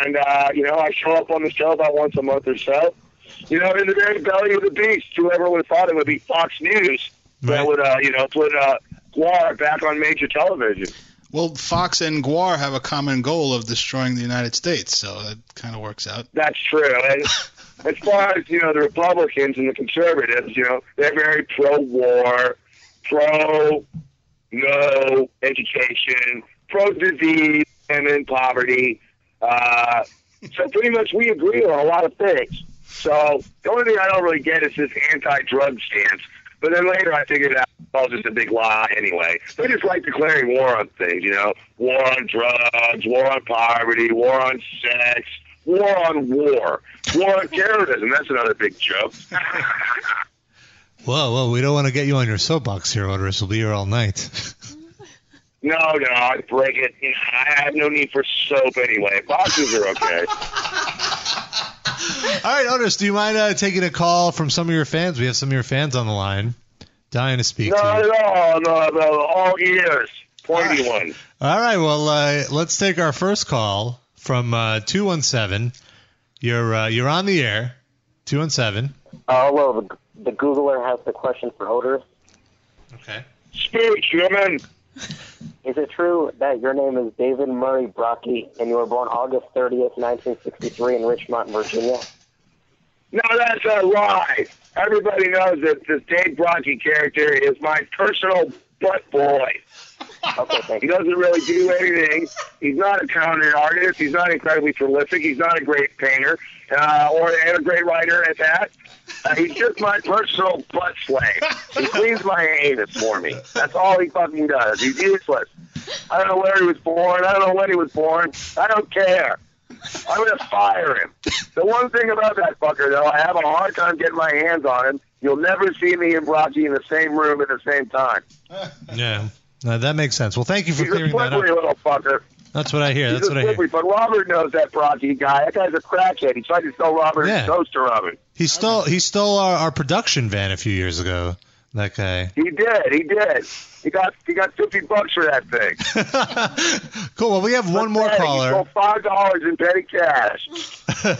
S21: and uh, you know I show up on the show about once a month or so. You know, in the very belly of the beast, whoever would have thought it would be Fox News that would, uh, you know, put uh, Guar back on major television.
S6: Well, Fox and Guar have a common goal of destroying the United States, so that kind of works out.
S21: That's true. And as far as you know, the Republicans and the conservatives, you know, they're very pro-war, pro no education, pro disease and in poverty. Uh, so pretty much we agree on a lot of things. So the only thing I don't really get is this anti-drug stance. But then later I figured out it's all just a big lie anyway. They just like declaring war on things, you know, war on drugs, war on poverty, war on sex, war on war, war on terrorism. That's another big joke.
S2: Whoa, whoa, we don't want to get you on your soapbox here, Odorous. We'll be here all night.
S21: No, no, I break it. You know, I have no need for soap anyway. Boxes are okay.
S2: All right, Otis, do you mind uh, taking a call from some of your fans? We have some of your fans on the line, dying to speak
S21: No,
S2: to you.
S21: no, no, no, all ears, pointy ones.
S2: All right, well, uh, let's take our first call from uh, 217. You're uh, you're on the air, 217.
S22: Uh, hello, the, the Googler has the question for Hodor.
S2: Okay.
S21: Speak, human.
S22: Is it true that your name is David Murray Brocky and you were born August 30th, 1963 in Richmond, Virginia?
S21: No, that's a lie. Everybody knows that this Dave Brockie character is my personal butt boy. He doesn't really do anything. He's not a talented artist. He's not incredibly prolific. He's not a great painter, uh, or and a great writer at that. Uh, he's just my personal butt slave. He cleans my anus for me. That's all he fucking does. He's useless. I don't know where he was born. I don't know when he was born. I don't care. I'm gonna fire him. The one thing about that fucker, though, I have a hard time getting my hands on him. You'll never see me and Brocky in the same room at the same time.
S2: Yeah, No, that makes sense. Well, thank you for
S21: He's a
S2: clearing that up.
S21: slippery little fucker.
S2: That's what I hear.
S21: He's
S2: That's
S21: a
S2: what I hear.
S21: slippery, but Robert knows that Brocky guy. That guy's a crackhead. He tried to sell Robert
S2: Yeah.
S21: his toaster oven.
S2: He stole he stole our, our production van a few years ago. That guy.
S21: He did. He did. He got he got fifty bucks for that thing.
S2: Cool. Well, we have one more
S21: He
S2: caller.
S21: sold five dollars in petty cash.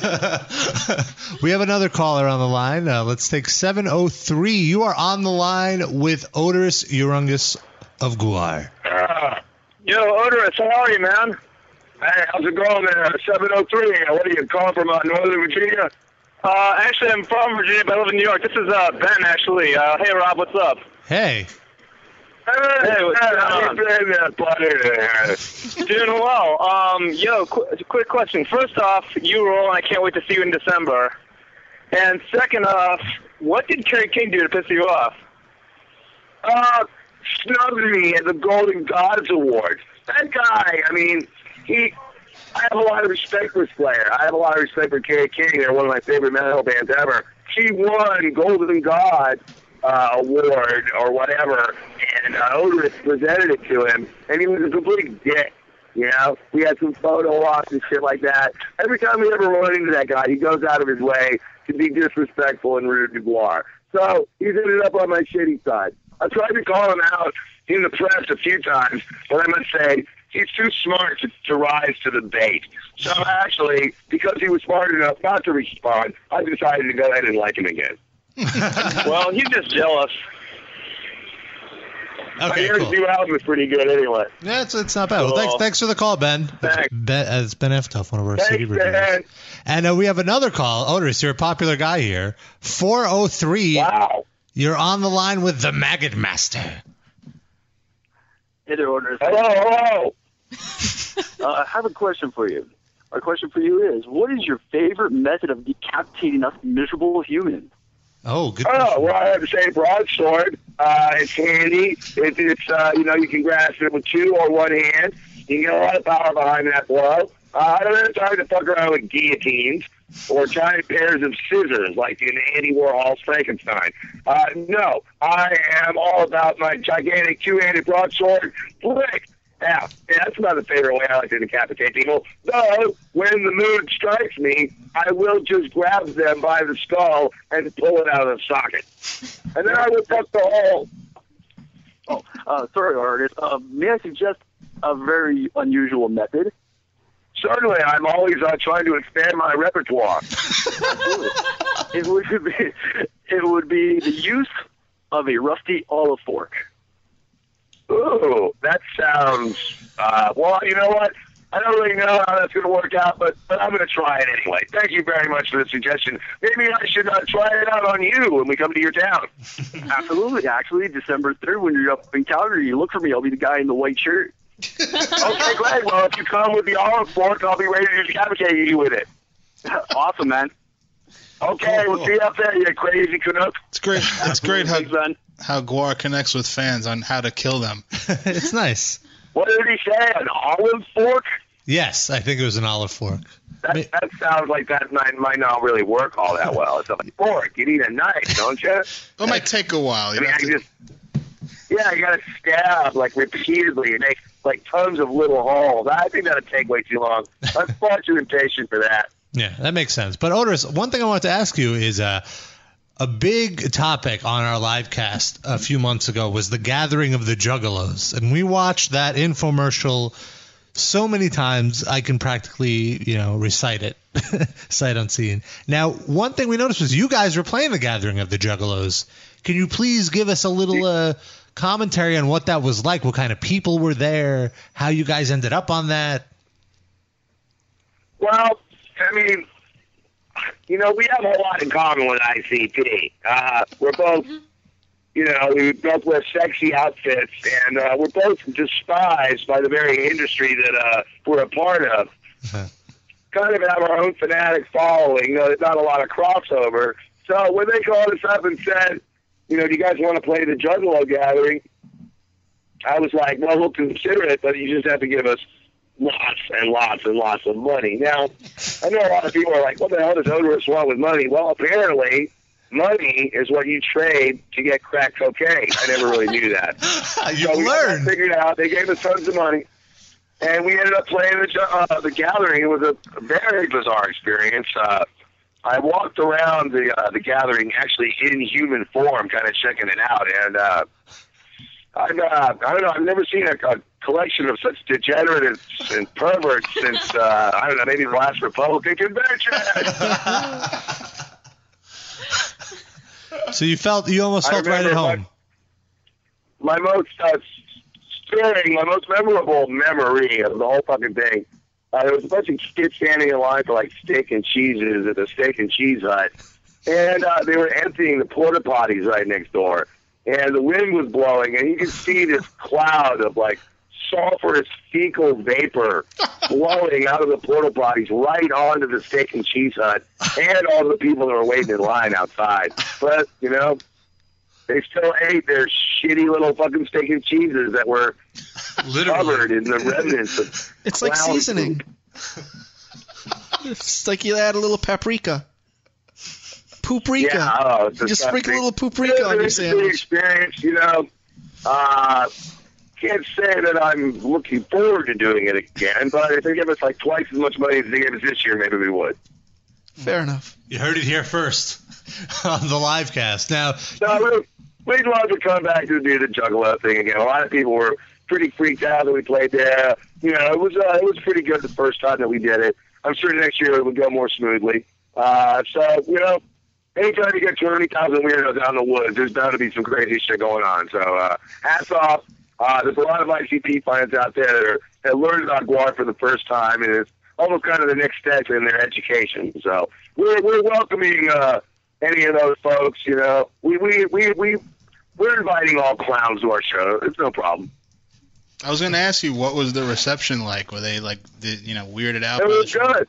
S2: We have another caller on the line. Uh, let's take 703. You are on the line with Odorous Urungus of Guar.
S21: Uh, yo, Odorous, how are you, man? Hey, how's it going there? 703 here. What are you calling from uh, Northern Virginia?
S23: Uh, actually, I'm from Virginia, but I live in New York. This is uh, Ben, actually. Uh, hey, Rob, what's up?
S2: Hey.
S23: Hey, what's
S21: Hey, how
S23: going
S21: you
S23: on?
S21: been there, buddy?
S23: Doing well. Um, yo, qu- quick question. First off, you roll, and I can't wait to see you in December. And second off, what did Kerry King do to piss you off?
S21: Uh, snubbed me at the Golden Gods Award. That guy, I mean, he. I have a lot of respect for Slayer. I have a lot of respect for Kerry King. They're one of my favorite metal bands ever. He won Golden God uh, Award or whatever, and uh, Otis presented it to him, and he was a complete dick. You know, we had some photo ops and shit like that. Every time we ever run into that guy, he goes out of his way to be disrespectful and rude to Guar. So he's ended up on my shitty side. I tried to call him out in the press a few times, but I must say he's too smart to, to rise to the bait. So actually, because he was smart enough not to respond, I decided to go ahead and like him again.
S23: well, he's just jealous.
S21: I hear his new album is pretty good anyway.
S2: Yeah, it's, it's not bad. Well, thanks,
S21: Cool.
S2: thanks for the call, Ben. Thanks. Ben uh, it's Ben Eftoff, one of our city reviewers. And uh, we have another call. Odorous, you're a popular guy here. 403.
S21: Wow.
S2: You're on the line with the Maggot Master.
S24: Hello, owners.
S21: Hello,
S24: hello. uh, I have a question for you. Our question for you is, what is your favorite method of decapitating us miserable humans?
S2: Oh, good.
S21: Oh, well, I have to say broadsword. Uh, it's handy. It, it's, uh, you know, you can grasp it with two or one hand. You can get a lot of power behind that blow. Uh, I don't have time to fuck around with guillotines or giant pairs of scissors like in Andy Warhol's Frankenstein. Uh, no, I am all about my gigantic two-handed broadsword. Flick! Yeah, yeah, that's about the favorite way I like to decapitate people. Though, when the mood strikes me, I will just grab them by the skull and pull it out of the socket. And then I will fuck the hole.
S24: Oh, uh, sorry, artist. Uh, may I suggest a very unusual method?
S21: Certainly, I'm always uh, trying to expand my repertoire.
S24: It would be, it would be the use of a rusty olive fork.
S21: Ooh, that sounds. Uh, well, you know what? I don't really know how that's going to work out, but, but I'm going to try it anyway. Thank you very much for the suggestion. Maybe I should uh, try it out on you when we come to your town.
S24: Absolutely. Actually, December 3rd, when you're up in Calgary, you look for me. I'll be the guy in the white shirt.
S21: okay, great. Well, if you come with the olive fork, I'll be ready to decapitate you with it. awesome, man. Okay, we'll see you up there, you crazy cook.
S6: It's great. It's great how how Guar connects with fans on how to kill them.
S2: it's nice.
S21: What did he say? An olive fork?
S2: Yes, I think it was an olive fork.
S21: That, that sounds like that might, might not really work all that well. It's like fork. You need a knife, don't you?
S6: It might take a while.
S21: I mean, I just yeah, you gotta stab like repeatedly and make like tons of little holes. I think that'd take way too long. I'm far too impatient for that.
S2: Yeah, that makes sense. But Otis, one thing I wanted to ask you is uh, a big topic on our live cast a few months ago was the gathering of the Juggalos, and we watched that infomercial so many times I can practically you know recite it sight unseen. Now, one thing we noticed was you guys were playing the gathering of the Juggalos. Can you please give us a little uh, commentary on what that was like? What kind of people were there? How you guys ended up on that?
S21: Well, I mean, you know, we have a lot in common with ICP. Uh, we're both, you know, we both wear sexy outfits, and uh, we're both despised by the very industry that uh, we're a part of. Kind of have our own fanatic following, though there's not a lot of crossover. So when they called us up and said, you know, do you guys want to play the Juggalo Gathering? I was like, well, we'll consider it, but you just have to give us lots and lots and lots of money. Now, I know a lot of people are like, what the hell does odorous want with money? Well, apparently, money is what you trade to get crack cocaine. I never really knew that.
S2: you
S21: so learned. We figured out. They gave us tons of money. And we ended up playing the, ju- uh, the gathering. It was a very bizarre experience. Uh, I walked around the uh, the gathering actually in human form, kind of checking it out, and uh, I've, uh, I don't know. I've never seen a, a collection of such degenerates and perverts since uh, I don't know maybe the last Republican convention.
S2: So you felt you almost
S21: I
S2: felt right at
S21: remember
S2: home.
S21: my most uh, stirring, my most memorable memory of the whole fucking thing. Uh, there was a bunch of kids standing in line for like steak and cheeses at the steak and cheese hut, and uh, they were emptying the porta potties right next door. And the wind was blowing, and you could see this cloud of like sulfurous fecal vapor blowing out of the porta potties right onto the steak and cheese hut, and all the people that were waiting in line outside. But you know, they still ate their shitty little fucking steak and cheeses that were covered in the remnants of
S5: It's like
S21: clown
S5: seasoning. it's like you add a little paprika. Paprika.
S21: Yeah, oh, it's
S5: you just sprinkle a
S21: disgusting.
S5: little paprika on your
S21: It's an
S5: sandwich.
S21: experience, you know. Uh, can't say that I'm looking forward to doing it again, but if they give us like twice as much money as they gave us this year, maybe we would.
S5: Fair enough.
S2: You heard it here first on the live cast. Now,
S21: No, we- we'd love to come back to do the Juggalo thing again. A lot of people were pretty freaked out that we played there. You know, it was uh, it was pretty good the first time that we did it. I'm sure next year it would go more smoothly. Uh, so you know, anytime you get 20,000 weirdos out in the woods, there's bound to be some crazy shit going on. So uh, hats off. Uh, there's a lot of ICP fans out there that, are, that learned about Guar for the first time, and it's almost kind of the next step in their education. So we're we're welcoming uh, any of those folks. You know, we we we we we're inviting all clowns to our show. It's no problem.
S6: I was going to ask you what was the reception like? Were they like, did, you know, weirded out?
S21: It
S6: by
S21: was good.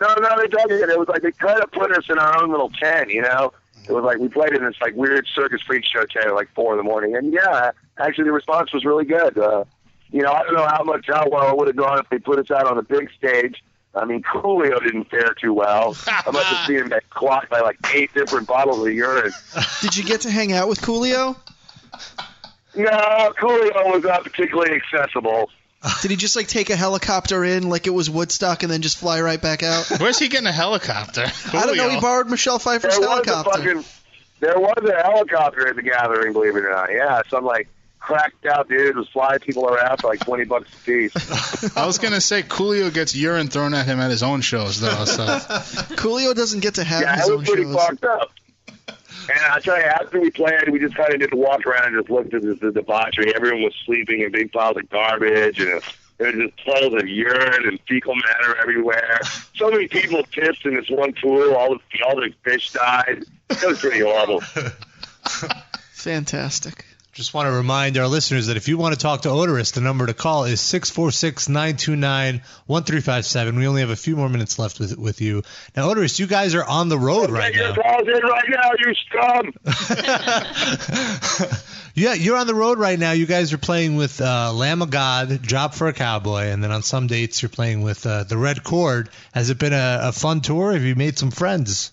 S21: No, no, they dug it. It was like they kind of put us in our own little tent, you know. It was like we played in this like weird circus freak show tent at like four in the morning, and yeah, actually the response was really good. Uh, you know, I don't know how much how well it would have gone if they put us out on a big stage. I mean, Coolio didn't fare too well. I must have seen him get clocked by like eight different bottles of urine.
S5: Did you get to hang out with Coolio?
S21: No, Coolio was not particularly accessible.
S5: Did he just like take a helicopter in like it was Woodstock and then just fly right back out?
S6: Where's he getting a helicopter?
S5: I don't know. He borrowed Michelle Pfeiffer's
S21: there
S5: helicopter.
S21: Was a fucking, there was a helicopter at the gathering, believe it or not. Yeah, some like cracked out dude was flying people around for like twenty bucks a piece.
S6: I was going to say Coolio gets urine thrown at him at his own shows, though. So.
S5: Coolio doesn't get to have
S21: yeah,
S5: his
S21: it
S5: own
S21: was pretty
S5: shows.
S21: fucked up. And I tell you, after we played, we just kind of just walked around and just looked at the, the debauchery. Everyone was sleeping in big piles of garbage, and there was just piles of urine and fecal matter everywhere. So many people pissed in this one pool. All the all the fish died. It was pretty horrible.
S5: Fantastic.
S2: Just want to remind our listeners that if you want to talk to Odorist, the number to call is 646 929 1357. We only have a few more minutes left with, with you. Now, Odorist, you guys are on the road right now.
S21: Calls in right now, you scum.
S2: Yeah, you're on the road right now. You guys are playing with uh, Lamb of God, Job for a Cowboy, and then on some dates you're playing with uh, the Red Chord. Has it been a, a fun tour? Have you made some friends?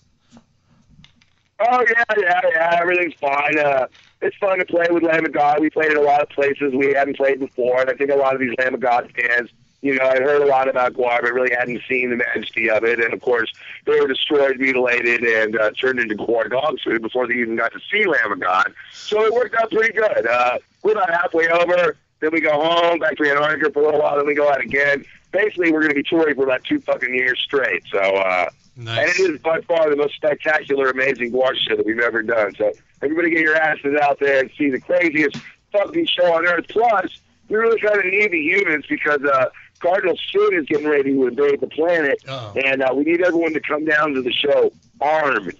S21: Oh yeah, yeah, yeah. Everything's fine. Uh, it's fun to play with Lamb of God. We played in a lot of places we hadn't played before, and I think a lot of these Lamb of God fans, you know, I heard a lot about Guar, but really hadn't seen the majesty of it. And of course, they were destroyed, mutilated, and uh, turned into Guar dog food before they even got to see Lamb of God. So it worked out pretty good. Uh, we're about halfway over. Then we go home, back to Antarctica for a little while. Then we go out again. Basically, we're going to be touring for about two fucking years straight. So. uh and it is by far the most spectacular, amazing watch show that we've ever done. So everybody get your asses out there and see the craziest fucking show on earth. Plus, we really kind of need the humans because uh, Cardinal Sin is getting ready to invade the planet, and uh, we need everyone to come down to the show armed.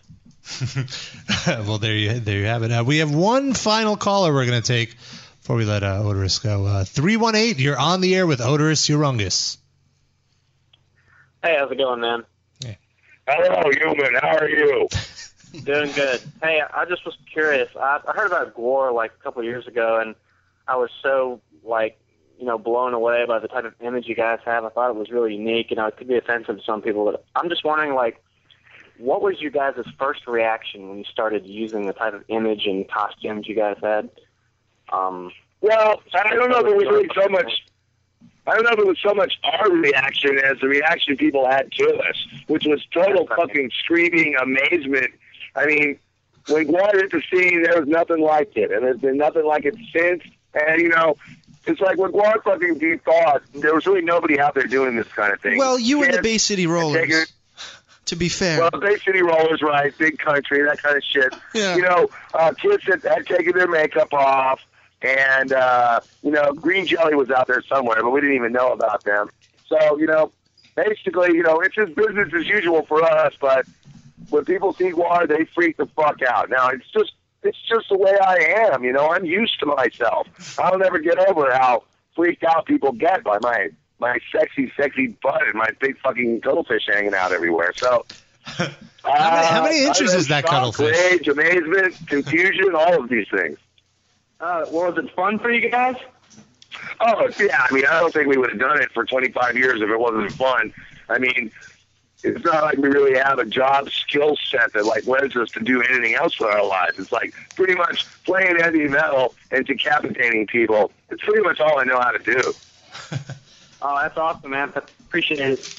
S2: well, there you there you have it. Uh, we have one final caller we're going to take before we let uh, Odorous go. Uh, 318, you're on the air with Odorous Urungus.
S22: Hey, how's it going, man?
S21: Hello, human. How are you?
S22: Doing good. Hey, I just was curious. I, I heard about Gore like a couple of years ago, and I was so like you know blown away by the type of image you guys have. I thought it was really unique, and it could be offensive to some people. But I'm just wondering, like, what was you guys' first reaction when you started using the type of image and costumes you guys had? Um,
S21: Well, I don't know that we really so much. I don't know if it was so much our reaction as the reaction people had to us, which was total fucking screaming amazement. I mean, when Guard hit the scene, there was nothing like it, and there's been nothing like it since. And you know, it's like when Guard fucking thought there was really nobody out there doing this kind of thing.
S17: Well, you and the
S21: Kids
S17: Bay City
S21: taking
S17: Rollers.
S21: it-
S17: To be fair.
S21: well, Bay City Rollers, right? Big country, that kind of shit.
S17: Yeah.
S21: You know, uh, kids that had taken their makeup off, and uh, you know, Green Jelly was out there somewhere, but we didn't even know about them. So you know, basically, you know, it's just business as usual for us. But when people see Guar, they freak the fuck out. Now it's just. It's just the way I am, you know. I'm used to myself. I'll never get over how freaked out people get by my my sexy, sexy butt and my big fucking cuttlefish hanging out everywhere. So
S2: How many, how many
S21: uh,
S2: inches
S21: I
S2: is that
S21: shock,
S2: cuttlefish?
S21: Rage, amazement, confusion, all of these things.
S22: Uh, well, was it fun for you guys?
S21: Oh yeah, I mean, I don't think we would have done it for 25 years if it wasn't fun. I mean, it's not like we really have a job skill set that like lends us to do anything else with our lives. It's like pretty much playing heavy metal and decapitating people. It's pretty much all I know how to do.
S22: Oh, that's awesome, man. Appreciate it.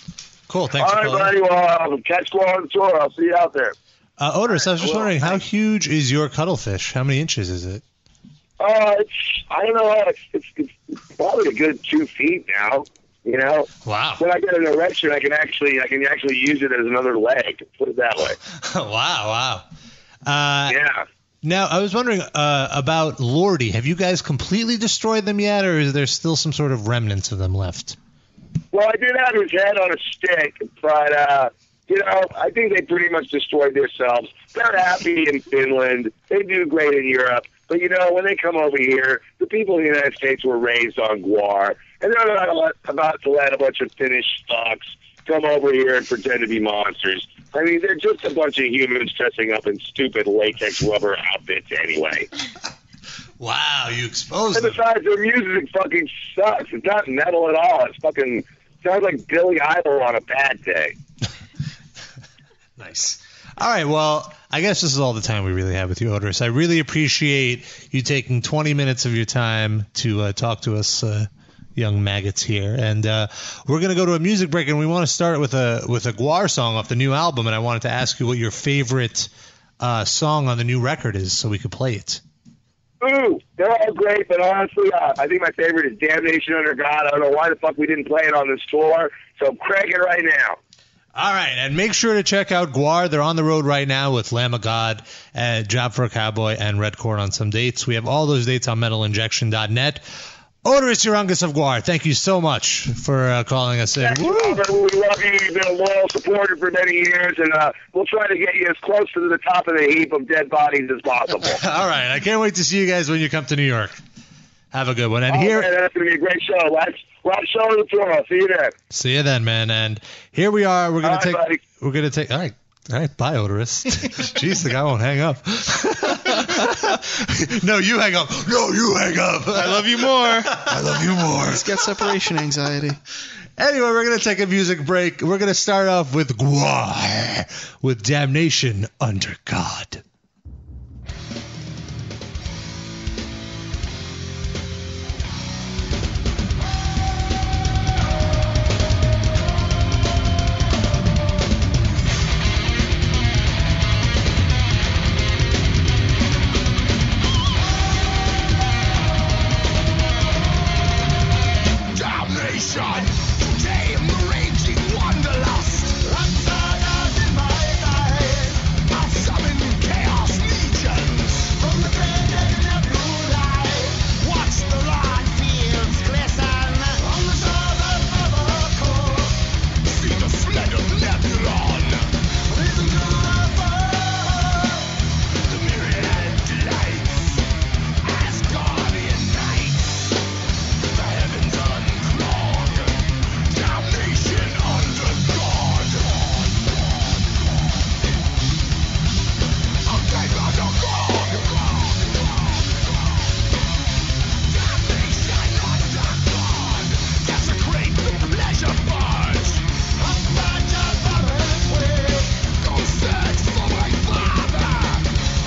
S2: Cool. Thanks
S21: all
S2: for
S21: right,
S2: calling.
S21: buddy. Well, I'll catch you on tour. I'll see you out there.
S2: Uh, Odorous, I was just wondering, how huge is your cuttlefish? How many inches is it?
S21: Uh, it's I don't know. It's, it's, it's probably a good two feet now. You know.
S2: Wow.
S21: When I get an erection, I can actually I can actually use it as another leg. Put it that way.
S2: wow, wow. Uh,
S21: yeah.
S2: Now, I was wondering uh, about Lordy. Have you guys completely destroyed them yet, or is there still some sort of remnants of them left?
S21: Well, I did have his head on a stick, but uh, you know, I think they pretty much destroyed themselves. They're happy in Finland. They do great in Europe, but you know, when they come over here, the people in the United States were raised on guar, and they're not let- about to let a bunch of Finnish fucks come over here and pretend to be monsters. I mean, they're just a bunch of humans dressing up in stupid latex rubber outfits anyway.
S2: Wow, you exposed
S21: And besides, their music fucking sucks. It's not metal at all. It's fucking sounds like Billy Idol on a bad day.
S2: Nice. All right. Well, I guess this is all the time we really have with you, Odorous. I really appreciate you taking 20 minutes of your time to uh, talk to us, uh, young maggots here. And uh, we're going to go to a music break, and we want to start with a with a Guar song off the new album. And I wanted to ask you what your favorite uh, song on the new record is, so we could play it.
S21: Ooh, they're all great, but honestly, uh, I think my favorite is Damnation Under God. I don't know why the fuck we didn't play it on this tour, so crank it right now.
S2: All right, and make sure to check out Guar. They're on the road right now with Lamb of God, uh, Job for a Cowboy, and Red Corn on some dates. We have all those dates on metalinjection.net. Odorous Urungus of Guar, thank you so much for uh, calling us in.
S21: Yes, Robert, we love you. You've been a loyal supporter for many years, and uh, we'll try to get you as close to the top of the heap of dead bodies as possible.
S2: All right, I can't wait to see you guys when you come to New York. Have a good one. And
S21: Oh,
S2: here,
S21: man, that's going to be a great show. Last, last show of the tour. See you there.
S2: see you then, man. And here we are. We're gonna
S21: All right,
S2: take.
S21: buddy.
S2: We're gonna take. All right, all right. Bye, Odorous. Jeez, the guy won't hang up. no, you hang up. No, you hang up. I love you more. I love you more. He's
S5: got separation anxiety.
S2: Anyway, we're gonna take a music break. We're gonna start off with Guar with Damnation Under God.
S7: Damnation! Today I'm raging wanderlust. Absurd in my mind. I summon chaos legions from the red and the blue light. Watch the light fields glisten on the southern power core. See the sled of Nebulon. Rhythm to the fire. The myriad delights. As guardian knights. The heavens unclog. Damnation under God. A game under God. Damnation under God. Desecrate the pleasure buds. A badge of his way. Go search for my father.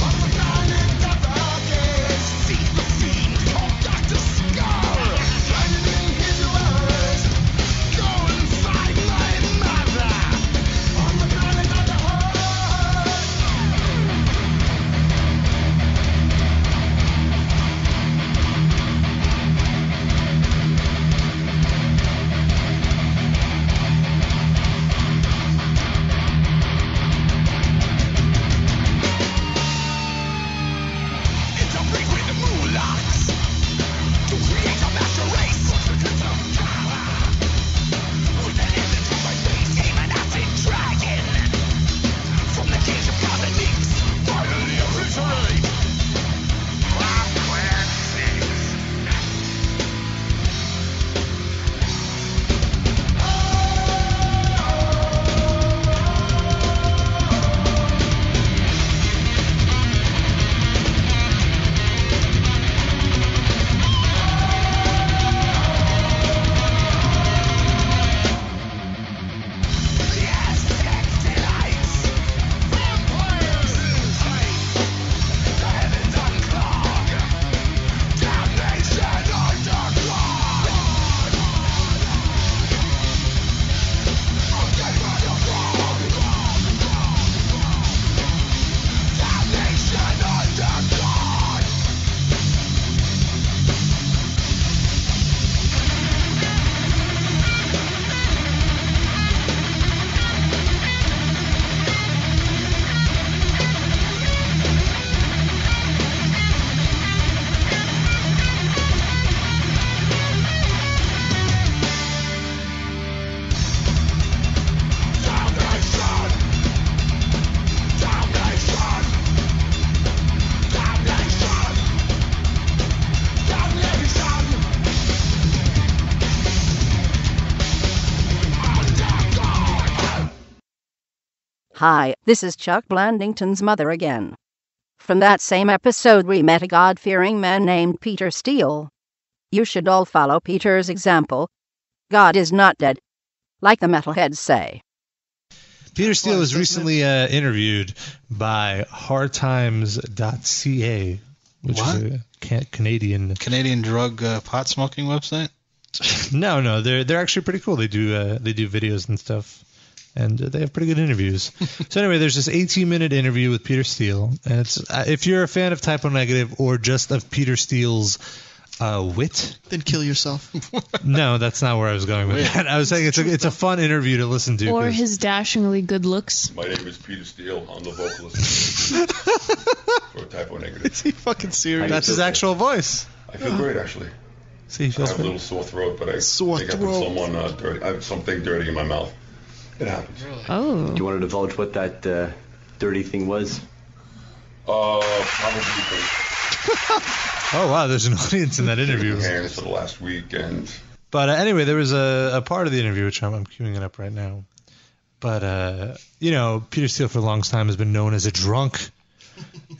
S7: Of the planet of the Seek the fiend of Dr. Skull. And in his words, go and find my mother. On the planet of the Interpret with the moonlight to create a master race. With an image of my face came an acid dragon from the cage of God that leaks. Finally obliterate.
S20: Hi, this is Chuck Blandington's mother again. From that same episode, we met a God fearing man named Peter Steele. You should all follow Peter's example. God is not dead, like the metalheads say.
S2: Peter Steele was recently uh, interviewed by hardtimes.ca, which is
S6: What?
S2: a ca- Canadian
S6: Canadian drug uh, pot smoking website.
S2: no, no, they're they're actually pretty cool. They do uh, they do videos and stuff, and uh, they have pretty good interviews. so anyway, there's this 18 minute interview with Peter Steele, and it's uh, if you're a fan of Type O Negative or just of Peter Steele's uh, wit,
S5: then kill yourself.
S2: no, that's not where I was going with that. I was saying it's a it's a fun interview to listen to.
S3: or
S2: 'cause-
S3: his dashingly good looks.
S10: My name is Peter Steele. I'm the vocalist for Typo Negative.
S5: Is he fucking serious?
S2: That's his actual voice.
S10: I feel great, actually.
S2: See, he
S10: I
S2: feels
S10: have a little sore throat, but I
S5: sore
S10: think I
S5: throat.
S10: put someone uh, dirty. I have something dirty in my mouth. It happens.
S3: Oh.
S9: Do you want to divulge what that uh, dirty thing was?
S10: Uh, probably
S2: Oh wow, there's an audience in that interview.
S10: hands for the last week, and
S2: But uh, anyway, there was a, a part of the interview which I'm, I'm queuing it up right now. But uh, you know, Peter Steele for a long time has been known as a drunk,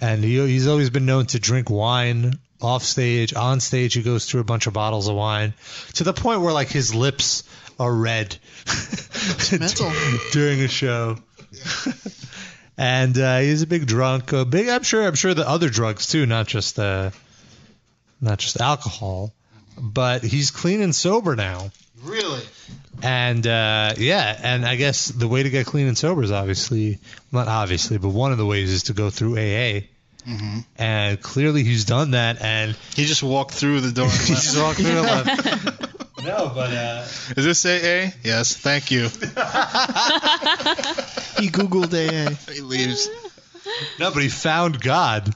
S2: and he, he's always been known to drink wine off stage, on stage. He goes through a bunch of bottles of wine to the point where like his lips are red
S5: mental.
S2: during a show. and uh, he's a big drunk. A big, I'm sure. I'm sure the other drugs too, not just uh, not just alcohol. But he's clean and sober now.
S6: Really?
S2: And uh, yeah, and I guess the way to get clean and sober is obviously not obviously, but one of the ways is to go through AA.
S6: Mm-hmm.
S2: And clearly he's done that, and
S6: he just walked through the door.
S2: he just walked through. and left. no, but uh,
S6: Is this AA? Yes, thank you.
S5: he googled AA.
S6: He leaves.
S2: No, but he found God,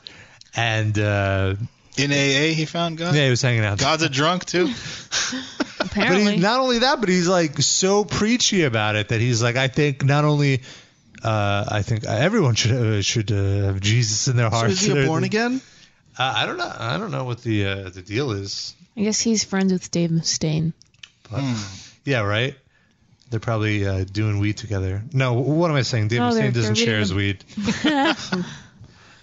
S2: and uh,
S6: in AA he found God.
S2: Yeah, he was hanging out.
S6: God's a drunk too.
S2: But he, not only that, but he's like so preachy about it that he's like, I think not only. Uh, I think everyone should uh, should uh, have Jesus in their
S5: So
S2: hearts.
S5: is he a
S2: They're-
S5: born again?
S2: Uh, I don't know. I don't know what the uh, the deal is.
S3: I guess he's friends with Dave Mustaine.
S2: But,
S6: Hmm.
S2: Yeah, right. They're probably uh, doing weed together. No, what am I saying? Dave
S3: No, Oh, they're-
S2: Mustaine doesn't
S3: they're
S2: share his
S3: reading
S2: weed.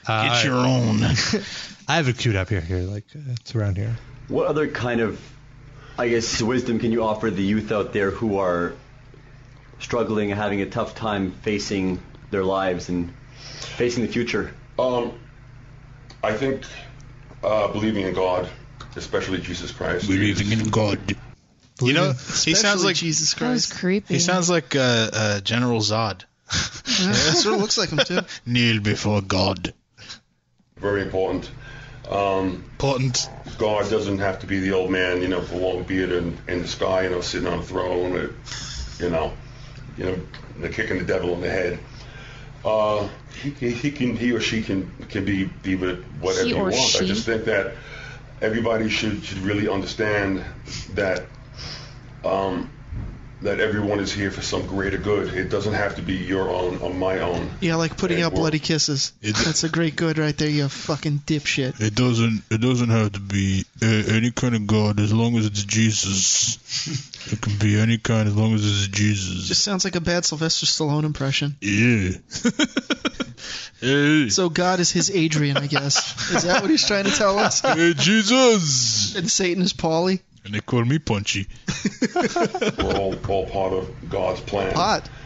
S2: Uh,
S9: Get your
S2: own. I have it queued up here. Here, like uh, it's around here.
S9: What other kind of, I guess, wisdom can you offer the youth out there who are struggling, having a tough time facing their lives and facing the future?
S10: um, I think uh, believing in God, especially Jesus Christ. Believing in God.
S6: You know, he sounds like
S5: Jesus
S3: That was creepy.
S6: He sounds like uh, uh, General Zod.
S5: That's what it looks like him too.
S6: Kneel before God.
S10: Very important. Um,
S6: important.
S10: God doesn't have to be the old man, you know, with a long beard and in the sky, you know, sitting on a throne, or, you know, you know, the kicking the devil in the head. Uh, he, he, he can, he or she can can be be with whatever
S25: He
S10: you
S25: or
S10: want. I
S25: she.
S10: just think that everybody should should really understand that um, that everyone is here for some greater good. It doesn't have to be your own or my own.
S5: Yeah, like putting out bloody kisses. That's a great good right there, you fucking dipshit.
S6: It doesn't. It doesn't have to be uh, any kind of God as long as it's Jesus. it can be any kind as long as it's Jesus.
S5: Just sounds like a bad Sylvester Stallone impression.
S6: Yeah. Hey.
S5: So God is his Adrian, I guess. Is that what he's trying to tell us?
S6: Hey, Jesus.
S5: And Satan is Paulie.
S6: And they call me Punchy.
S10: We're all, all part of God's plan.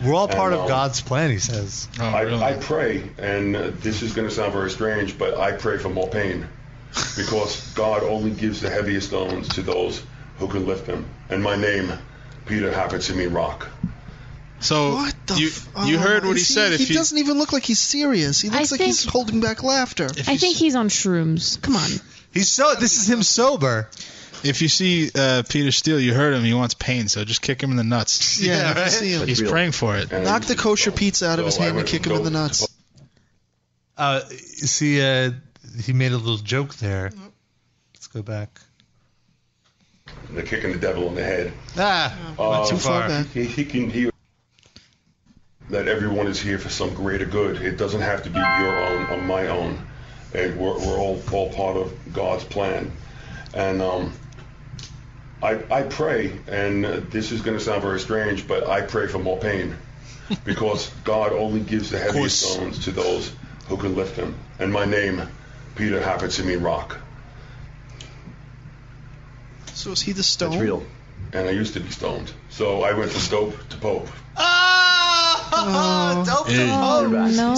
S2: We're all part
S10: And,
S2: of
S10: um,
S2: God's plan, he says.
S10: I, I pray, and uh, this is going to sound very strange, but I pray for more pain because God only gives the heaviest stones to those who can lift them. And my name, Peter, happens to mean rock.
S6: So
S5: what the you,
S10: you heard what he said,
S5: Oh, He
S10: if you-
S5: doesn't even look like he's serious. He looks like he's holding back laughter.
S3: I think he's on shrooms. Come on.
S2: He's so. This is him sober.
S6: If you see uh, Peter Steele, you heard him. He wants pain, so just kick him in the nuts.
S5: Yeah, Yeah, I right? see him.
S6: He's
S5: That's real.
S6: praying for it.
S5: Knock the kosher pizza out of his hand and kick him in the nuts.
S2: Uh, see, uh, he made a little joke there. Let's go back.
S10: They're kicking the devil in the head.
S2: Ah,
S26: Oh.
S2: went too far.
S10: Uh, He, he can hear that everyone is here for some greater good. It doesn't have to be your own or my own. And we're, we're all, all part of God's plan. And um, I, I pray, and uh, this is going to sound very strange, but I pray for more pain because God only gives the heaviest stones to those who can lift them. And my name, Peter, happens to mean rock.
S5: So is he the stone?
S10: And I used to be stoned. So I went from dope to pope.
S5: Oh,
S3: no.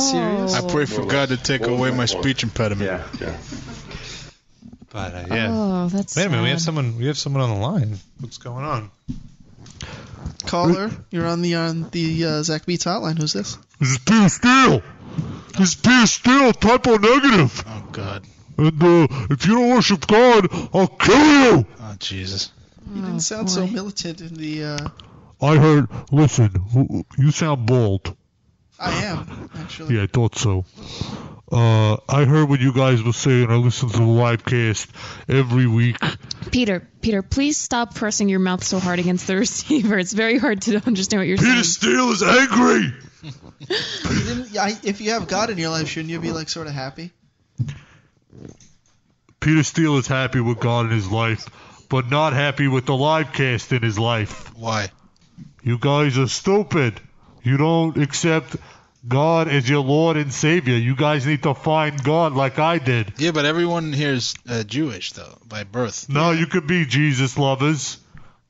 S6: I pray for God to take away my speech impediment.
S10: Yeah. yeah.
S2: But uh, yeah.
S3: Oh, that's
S2: Wait a minute. We have
S3: sad.
S2: someone. We have someone on the line. What's going on?
S5: Caller, you're on the on the uh, Zach Beats hotline. Who's this?
S13: This is Peter Steele. This is Peter Steele, typo negative.
S6: Oh, God.
S13: And uh, if you don't worship God, I'll kill you.
S6: Oh, Jesus.
S5: You didn't sound so militant in the. Uh,
S13: I heard, listen, w- w- you sound bald.
S5: I am actually.
S13: Yeah, I thought so. Uh, I heard what you guys were saying. I listen to the livecast every week.
S3: Peter, Peter, please stop pressing your mouth so hard against the receiver. It's very hard to understand what you're saying.
S13: Peter Steele is angry.
S5: You didn't- I- if you have God in your life, shouldn't you be like sort of happy?
S13: Peter Steele is happy with God in his life, but not happy with the livecast in his life.
S6: Why?
S13: You guys are stupid. You don't accept God as your Lord and Savior. You guys need to find God like I did.
S6: Yeah, but everyone here is uh, Jewish though by birth.
S13: No, you could be Jesus lovers.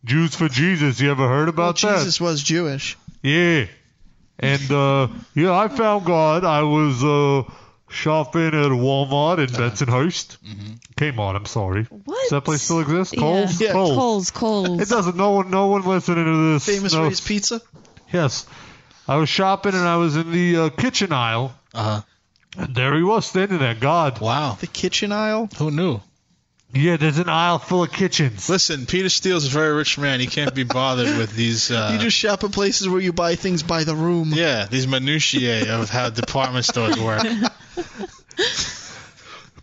S13: Jews for Jesus. You ever heard about that?
S5: Jesus was Jewish.
S13: Yeah. And uh, yeah, I found God. I was uh, shopping at Walmart in
S6: Uh-huh.
S13: Bensonhurst.
S6: Mm-hmm.
S13: Kmart, I'm sorry.
S3: What?
S13: Does that place still exist?
S3: Yeah.
S13: Coles?
S3: Yeah.
S13: Kohl's.
S3: Kohl's, Kohl's.
S13: It doesn't. No one, no one listening to this.
S5: Famous for
S13: knows.
S5: his pizza.
S13: Yes. I was shopping and I was in the uh, kitchen aisle.
S6: Uh huh.
S13: And there he was standing there. God.
S6: Wow.
S5: The kitchen aisle?
S6: Who knew?
S13: Yeah, there's an aisle full of kitchens.
S6: Listen, Peter Steele's a very rich man. He can't be bothered with these. Uh,
S5: you just shop at places where you buy things by the room.
S6: yeah, these minutiae of how department stores work.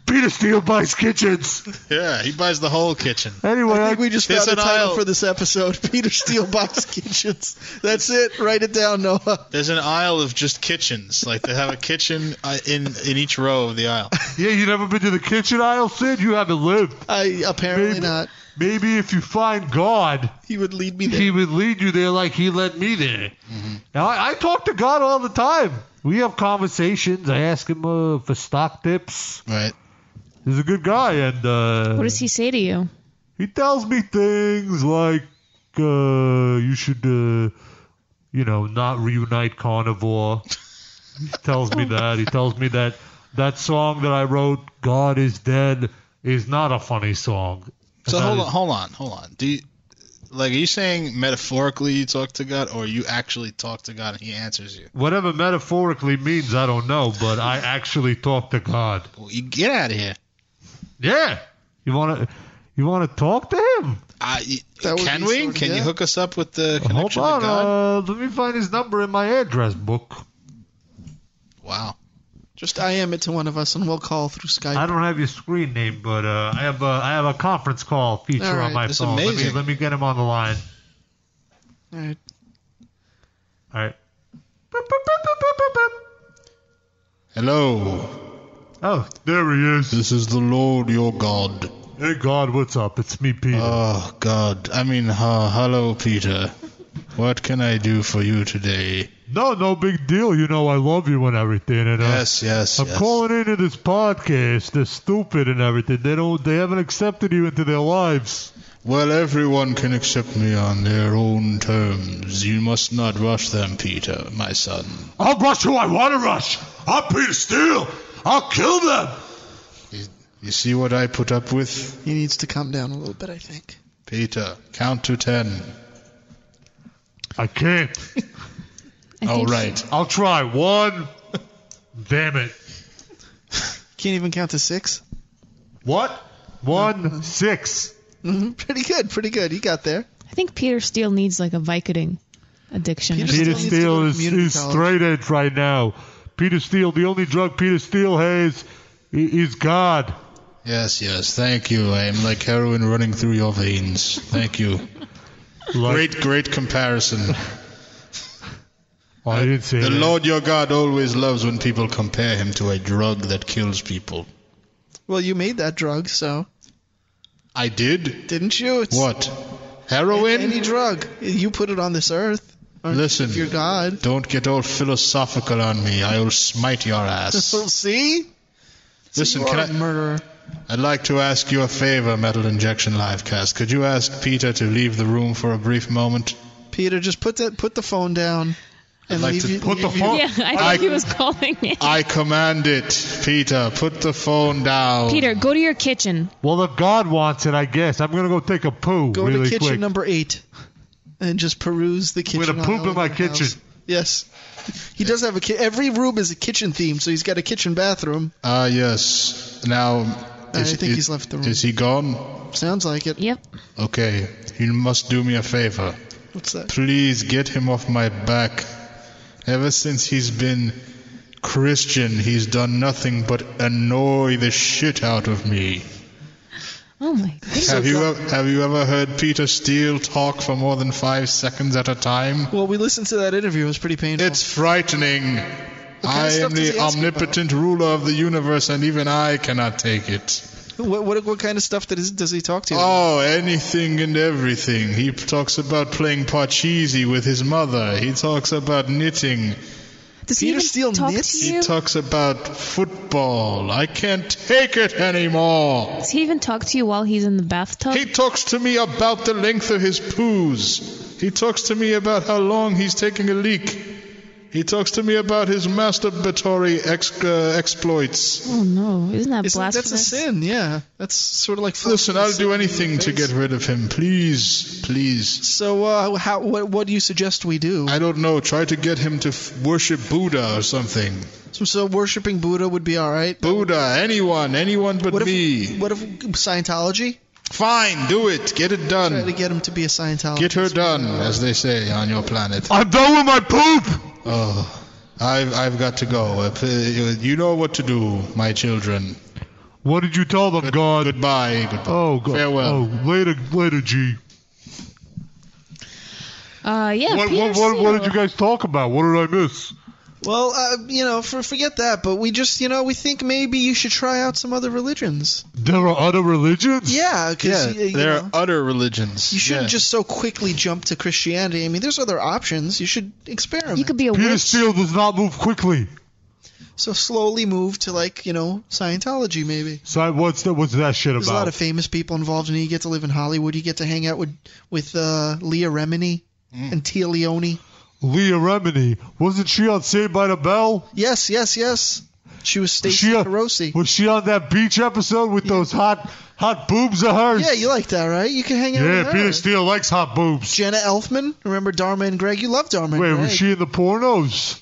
S13: Peter Steele buys kitchens.
S6: Yeah, he buys the whole kitchen.
S13: Anyway,
S5: I think we just
S6: There's
S5: found a
S6: an
S5: title
S6: aisle-
S5: for this episode. Peter Steele buys kitchens. That's it. Write it down, Noah.
S6: There's an aisle of just kitchens. Like they have a kitchen uh, in in each row of the aisle.
S13: Yeah, you never been to the kitchen aisle, Sid? You haven't lived.
S5: I apparently
S13: maybe,
S5: not.
S13: Maybe if you find God,
S5: He would lead me there.
S13: He would lead you there like He led me there. Now I, I talk to God all the time. We have conversations. I ask Him uh, for stock tips.
S6: Right.
S13: He's a good guy, and uh,
S3: What does he say to you?
S13: he tells me things like uh, you should, uh, you know, not reunite carnivore. He tells me that. He tells me that that song that I wrote, "God is Dead," is not a funny song.
S6: So
S13: That
S6: hold
S13: is-
S6: on, hold on, hold on. Do you, like are you saying metaphorically you talk to God, or you actually talk to God and He answers you?
S13: Whatever metaphorically means, I don't know, but I actually talk to God.
S6: Well, you get out of here.
S13: Yeah, you want to, you want to talk to Him.
S6: I,
S13: That would
S6: can
S13: be
S6: we?
S13: sort of-
S6: can
S13: yeah.
S6: you hook us up with the
S13: Hold
S6: connection
S13: on,
S6: to God?
S13: uh, let me find his number in my address book.
S6: Wow.
S5: Just I am it to one of us, and we'll call through Skype.
S13: I don't have your screen name, but uh, I have a, I have a conference call feature
S5: All right.
S13: on my
S5: That's
S13: phone. Let me
S5: amazing.
S13: let me get him on the line.
S5: All right.
S13: All right.
S6: Hello.
S13: Oh, there he is.
S6: This is the Lord your God.
S13: Hey God, what's up? It's me, Peter.
S6: Oh God, I mean, uh, hello, Peter. What can I do for you today?
S13: No, no big deal. You know I love you and everything. And, uh,
S6: Yes, yes,
S13: I'm
S6: yes.
S13: calling into this podcast. They're stupid and everything. They don't. They haven't accepted you into their lives.
S6: Well, everyone can accept me on their own terms. Um, You must not rush them, Peter, my son.
S13: I'll rush who I want to rush. I'm Peter Steele. I'll kill them.
S6: You see what I put up with?
S5: He needs to calm down a little bit, I think.
S6: Peter, count to ten.
S13: I can't.
S6: All right.
S13: I'll try one. Damn it.
S5: Can't even count to six.
S13: What? One, six.
S5: Mhm. Pretty good, pretty good. He got there.
S3: I think Peter Steele needs like a Vicodin addiction. or
S13: Peter
S3: something.
S13: Steele is, is straight edge right now. Peter Steele, the only drug Peter Steele has i- is God.
S6: Yes, yes, thank you. I am like heroin running through your veins. Thank you. Great, great comparison.
S13: I didn't say
S6: The
S13: that.
S6: Lord your God always loves when people compare him to a drug that kills people.
S5: Well, you made that drug, so
S6: I did?
S5: didn't you? It's
S6: What? Heroin?
S5: Any drug. You put it on this earth.
S6: Listen,
S5: You're God.
S6: don't get all philosophical on me. I will smite your ass.
S5: See?
S6: Listen,
S5: you
S6: can
S5: are
S6: I,
S5: a murderer.
S6: I'd like to ask you a favor, Metal Injection Livecast. Could you ask Peter to leave the room for a brief moment?
S5: Peter, just put that put the phone down and
S6: like
S5: leave
S6: to
S5: you,
S6: put the
S5: leave you-
S6: phone-
S3: Yeah, I think
S6: I-
S3: he was calling it.
S6: I command it, Peter. Put the phone
S13: Oh.
S6: down.
S3: Peter, go to your kitchen.
S13: Well, if God wants it, I guess. I'm going to go take a poo
S5: Go
S13: really
S5: to kitchen
S13: quick.
S5: number eight and just peruse the kitchen.
S13: With a poop
S5: aisle
S13: in my
S5: of your house.
S13: kitchen.
S5: Yes. He does have a ki- every room is a kitchen theme, so he's got a kitchen bathroom.
S6: Ah, yes. Now,
S5: I think he's left the room.
S6: Is he gone?
S5: Sounds like it.
S3: Yep.
S6: Okay. You must do me a favor.
S5: What's that?
S6: Please get him off my back. Ever since he's been Christian, he's done nothing but annoy the shit out of me.
S3: Oh my goodness.
S6: Have you ever, have you ever heard Peter Steele talk for more than five seconds at a time?
S5: Well, we listened to that interview. It was pretty painful.
S6: It's frightening. I am
S5: stuff does
S6: the
S5: he ask you about?
S6: omnipotent ruler of the universe, and even I cannot take it.
S5: What, what, what kind of stuff that is, does he talk to? you about?
S6: Oh, anything and everything. He talks about playing Parcheesi with his mother. He talks about knitting.
S5: Does Peter Steele knits?
S6: He talks about football. I can't take it anymore.
S3: Does he even talk to you while he's in the bathtub?
S6: He talks to me about the length of his poos. He talks to me about how long he's taking a leak. He talks to me about his masturbatory ex- uh, exploits.
S3: Oh no! Isn't that
S5: Isn't- that's
S3: blasphemous?
S5: a sin. Yeah, that's sort of like.
S6: Listen, I'll do anything to get rid of him. Please, please.
S5: So, uh, how, what, what do you suggest we do?
S6: I don't know. Try to get him to f- worship Buddha or something.
S5: So, so worshiping Buddha would be all right.
S6: Buddha, anyone, anyone but
S5: what if,
S6: me.
S5: What if Scientology?
S6: Fine, do it. Get it done.
S5: Try to get him to be a Scientologist.
S6: Get her done, as they say on your planet.
S13: I'm done with my poop.
S6: Oh, I've I've got to go. Uh, p- You know what to do, my children.
S13: What did you tell them, God?
S6: Goodbye. Goodbye.
S13: Oh, God.
S6: Farewell.
S13: Oh, later, later, G.
S3: Uh, yeah.
S13: what,
S3: Peter
S13: what, what, what did you
S3: Steele.
S13: guys talk about? What did I miss?
S5: Well, uh, you know, for, forget that. But we just, you know, we think maybe you should try out some other religions.
S13: There are other religions?
S5: Yeah, because you,
S6: there
S5: know,
S6: are other religions.
S5: you shouldn't just so quickly jump to Christianity. I mean, there's other options. You should experiment. You could
S3: be a
S13: Peter Steele does not move quickly.
S5: so slowly move to like, you know, Scientology maybe.
S13: So I- what's that? What's that shit
S5: There's a
S13: about?
S5: lot of famous people involved in it. You get to live in Hollywood. You get to hang out with with uh, Leah Remini
S13: Mm.
S5: and Tia Leone.
S13: Leah Remini wasn't she on Saved by the Bell?
S5: Yes, yes, yes. She was Stacey Carosi.
S13: Was she on that beach episode with those hot, hot boobs of hers?
S5: Yeah, you like that, right? You can hang out
S13: Yeah,
S5: with her.
S13: Peter Steele likes hot boobs.
S5: Jenna Elfman. Remember Dharma and Greg? You love Dharma and
S13: Wait,
S5: Greg.
S13: was she in the pornos?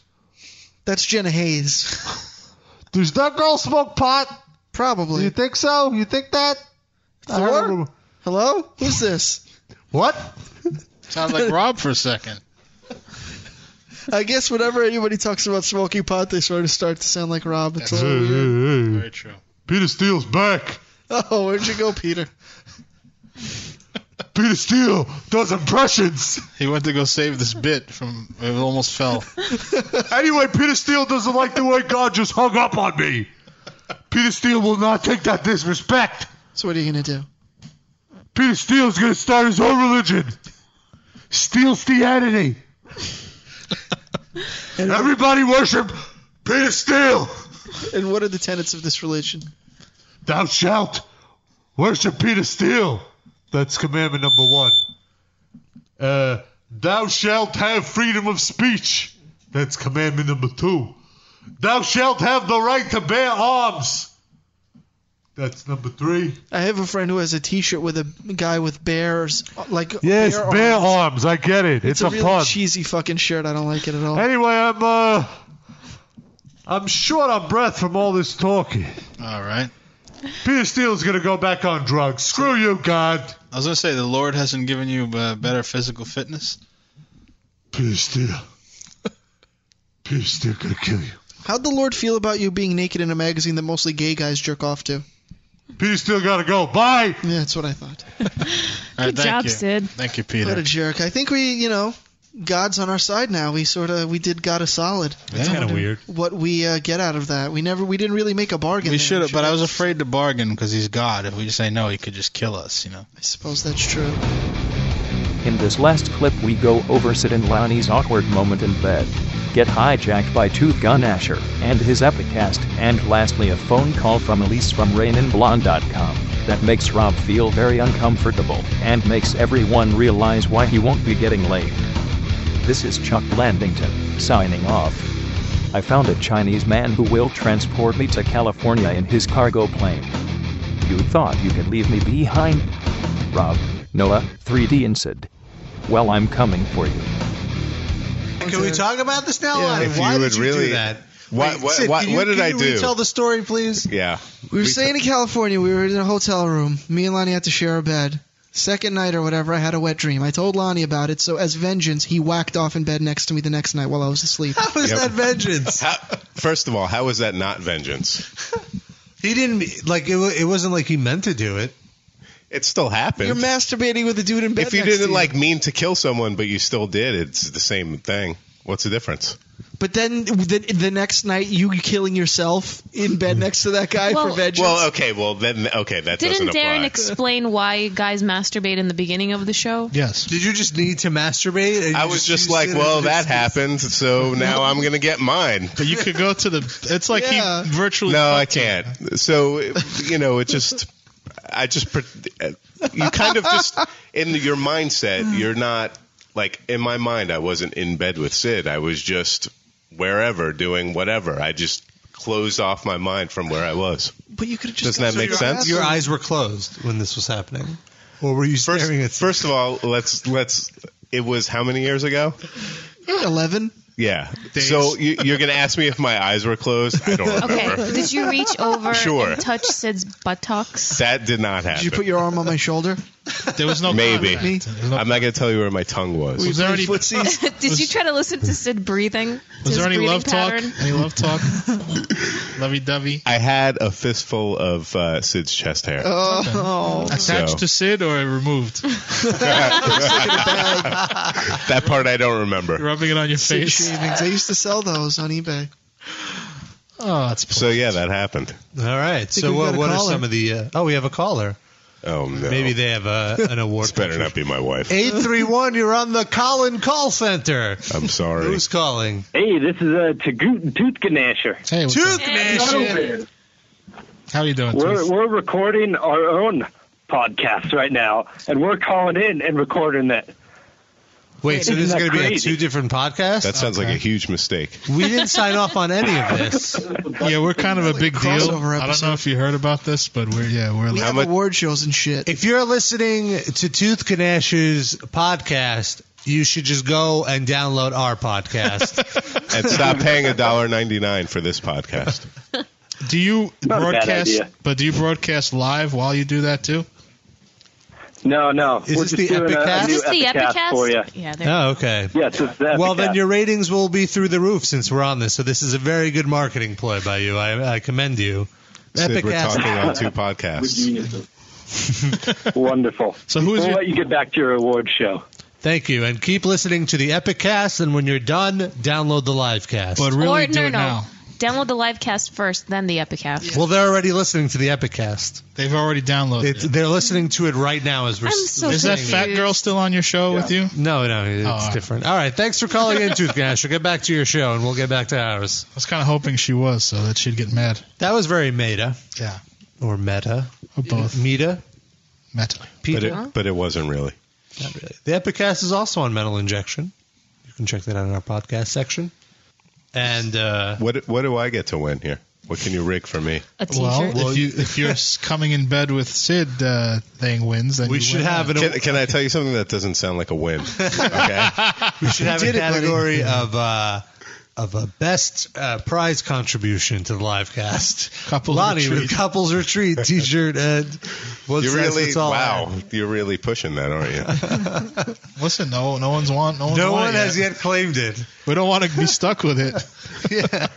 S5: That's Jenna Hayes.
S13: Does that girl smoke pot?
S5: Probably.
S13: You think so? You think that? I
S5: Thor?
S13: don't remember-
S5: Hello? Who's this?
S13: What?
S6: Sounds like Rob for a second.
S5: I guess whenever anybody talks about smoking pot, they sort of start to sound like Rob. It's
S13: Hey,
S5: all weird.
S13: hey, hey.
S6: Very true.
S13: Peter Steele's back.
S5: Oh, where'd you go, Peter?
S13: Peter Steele does impressions.
S6: He went to go save this bit from. It almost fell.
S13: Anyway, Peter Steele doesn't like the way God just hung up on me. Peter Steele will not take that disrespect.
S5: So what are you gonna do?
S13: Peter Steele's gonna start his own religion. Steele Steanity. Everybody worship Peter Steele.
S5: And what are the tenets of this religion?
S13: Thou shalt worship Peter Steele. That's commandment number one. Uh, thou shalt have freedom of speech. That's commandment number two. Thou shalt have the right to bear arms. That's number three.
S5: I have a friend who has a T-shirt with a guy with bears, like
S13: Yes,
S5: bear
S13: bear, arms.
S5: arms.
S13: I get it. It's,
S5: It's, a,
S13: a,
S5: really
S13: pun.
S5: cheesy fucking shirt. I don't like it at all.
S13: Anyway, I'm uh, I'm short on breath from all this talking.
S6: All right.
S13: Peter Steele's gonna go back on drugs. Screw you, God.
S6: I was gonna say the Lord hasn't given you uh, better physical fitness.
S13: Peter Steele. Peter Steele gonna kill you.
S5: How'd the Lord feel about you being naked in a magazine that mostly gay guys jerk off to?
S13: Peter Steele gotta go. Bye.
S5: Yeah, that's what I thought.
S6: All right, thank
S5: Good job,
S6: you.
S5: Sid.
S6: Thank you,
S5: What
S6: Peter.
S5: a jerk. I think we, you know, God's on our side now. We sort of we did God a solid.
S6: That's Yeah. kinda weird.
S5: What we uh, get out of that? We never we didn't really make a bargain.
S6: We
S5: there.
S6: should have, but I was afraid to bargain because he's God. If we say no, he could just kill us, you know.
S5: I suppose that's true.
S1: In this last clip, we go over Sid and Lonnie's awkward moment in bed, get hijacked by Tooth Gun Asher and his epicast, and lastly, a phone call from Elise from RaininBlonde.com that makes Rob feel very uncomfortable and makes everyone realize why he won't be getting laid. This is Chuck Landington, signing off. I found a Chinese man who will transport me to California in his cargo plane. You thought you could leave me behind? Rob, Noah, 3D and Sid. Well, I'm coming for you.
S25: Can we talk about this now?
S26: Yeah.
S25: Like,
S26: If
S25: why
S26: you
S25: did
S26: would
S25: you
S26: really-
S25: do that?
S26: Why-
S25: Wait,
S26: why-
S25: Sid,
S26: why-
S25: can you-
S26: what did
S25: can
S26: I
S25: you
S26: do?
S25: retell the story, please?
S26: Yeah.
S5: We were staying in California. We were in a hotel room. Me and Lonnie had to share a bed. Second night or whatever, I had a wet dream. I told Lonnie about it, so as vengeance, he whacked off in bed next to me the next night while I was asleep. How
S26: was Yep. that
S5: vengeance?
S26: First of all, how is that not vengeance?
S2: He didn't like it. wa- It wasn't like he meant to do it.
S26: It still happened.
S5: You're masturbating with a dude in bed.
S26: if you
S5: next to
S26: didn't like mean to kill someone, but you still did, it's the same thing. What's the difference?
S5: but then the, the next night, you killing yourself in bed next to that guy for vengeance.
S26: Well, okay, well then, okay, that doesn't
S3: Didn't
S26: apply.
S3: Darren explain why guys masturbate in the beginning of the show?
S26: Yes.
S2: Did you just need to masturbate?
S26: I was just like, well, that happened, so now I'm gonna get mine.
S6: But you could go to the. It's like he virtually.
S26: No, I can't. So you know, it just, I just, pre- you kind of just in your mindset, you're not like in my mind. I wasn't in bed with Sid. I was just wherever doing whatever. I just closed off my mind from where I was.
S5: But you could have
S26: Doesn't that make sense?
S2: Your eyes were closed when this was happening, or were you staring at?
S26: First of all, let's let's. It was how many years ago?
S5: Eleven.
S26: Yeah. So you, you're gonna ask me if my eyes were closed? I don't
S3: Okay.
S26: remember.
S3: Did you reach over
S26: Sure.
S3: and touch Sid's buttocks?
S26: That did not happen.
S5: Did you put your arm on my shoulder?
S26: There was no maybe. I'm not gonna tell you where my tongue was.
S6: Was there any
S3: Did you try to listen to Sid breathing?
S6: Was
S3: His
S6: there any
S3: breathing
S6: love
S3: pattern?
S6: talk? Any love talk? Lovey dovey.
S26: I had a fistful of uh, Sid's chest hair.
S5: Oh.
S6: Attached
S26: So-
S6: to Sid or removed?
S26: That part I don't remember.
S6: Rubbing it on your
S5: Sea
S6: face.
S5: shavings. I used to sell those on eBay.
S6: Oh, that's
S26: so yeah, that happened.
S2: All right.
S5: Think
S2: So
S5: we've
S2: what,
S5: got a
S2: what are
S5: caller.
S2: some of the? Uh, oh, we have a caller.
S26: Oh no.
S2: Maybe they have uh, an award.
S26: This better not be my wife.
S2: Eight three one. You're on the Colin Call Center.
S26: I'm sorry.
S2: Who's calling?
S8: Hey, this is uh, Tagoot Tooth Ganasher.
S6: Hey,
S8: what's
S2: Tooth
S8: up?
S2: Nation.
S6: How you doing?
S8: We're,
S6: Tooth?
S8: we're recording our own podcast right now, and we're calling in and recording that.
S2: Wait, so
S8: Isn't
S2: this is
S8: that
S2: going to be on
S8: crazy?
S2: two different podcasts?
S26: That sounds like a huge mistake.
S2: We didn't sign off on any of this.
S6: Yeah, we're kind of a big deal.
S2: crossover
S6: I don't know if you heard about this, but we're yeah we're.
S5: We
S6: like-
S5: have award shows and shit.
S2: If you're listening to Tooth Kanash's podcast, you should just go and download our podcast.
S26: And stop paying a dollar ninety nine for this podcast.
S6: Do you
S8: Not a bad
S6: broadcast?
S8: idea.
S6: But do you broadcast live while you do that too?
S8: No, no.
S6: Is
S8: we're
S6: this
S8: just
S6: the
S8: doing a-
S6: Epicast?
S8: A,
S6: Is
S8: new
S6: this the Epicast?
S8: for you.
S3: Yeah,
S2: oh, okay.
S8: Yes, it's the
S2: Well,
S8: Epicast.
S2: then your ratings will be through the roof since we're on this. So this is a very good marketing ploy by you. I, I commend you.
S26: Sid, we're
S2: Epicast.
S26: talking on two podcasts.
S8: Wonderful.
S6: So who is
S8: we'll
S2: your-
S8: let you get back to your award show.
S2: Thank you, and keep listening to the Epicast. And when you're done, download the live cast. But
S3: or, no, no. Download the live cast first, then the epicast.
S2: Well, they're already listening to the Epicast.
S6: They've already downloaded
S2: it. They're listening to it right now as we're.
S3: I'm so
S6: Is that fat girl still on your show with you? Oh,
S2: No, no, it's
S6: all right.
S2: different. All right, thanks for calling in, Tooth Gash. We'll get back to your show, and we'll get back to ours.
S6: I was kind of hoping she was, so that she'd get mad.
S2: That was very meta.
S6: Yeah.
S2: Or meta.
S6: Or both.
S2: Meta.
S6: Meta.
S26: But
S2: Peter.
S26: it, but it wasn't really.
S2: Not really. The Epicast is also on Metal Injection. You can check that out in our podcast section. And uh,
S26: what what do I get to win here? What can you rig for me?
S6: Well, if you if you're s- coming in bed with Sid, uh, thing wins. Then you win.
S26: Can, can I tell you something that doesn't sound like a win? Okay.
S2: we should have a
S6: Did it, buddy.
S2: category of uh, of a best uh, prize contribution to the live cast.
S6: Couples
S2: Lonnie
S6: retreat.
S2: with couples retreat T-shirt and what's
S26: you
S2: that's
S26: really
S2: what's all
S26: wow. You're really pushing that, aren't you?
S6: Listen, no, no one's want. No, one's
S2: No
S6: won
S2: one
S6: it
S2: has yet claimed it.
S6: We don't want to be stuck with it.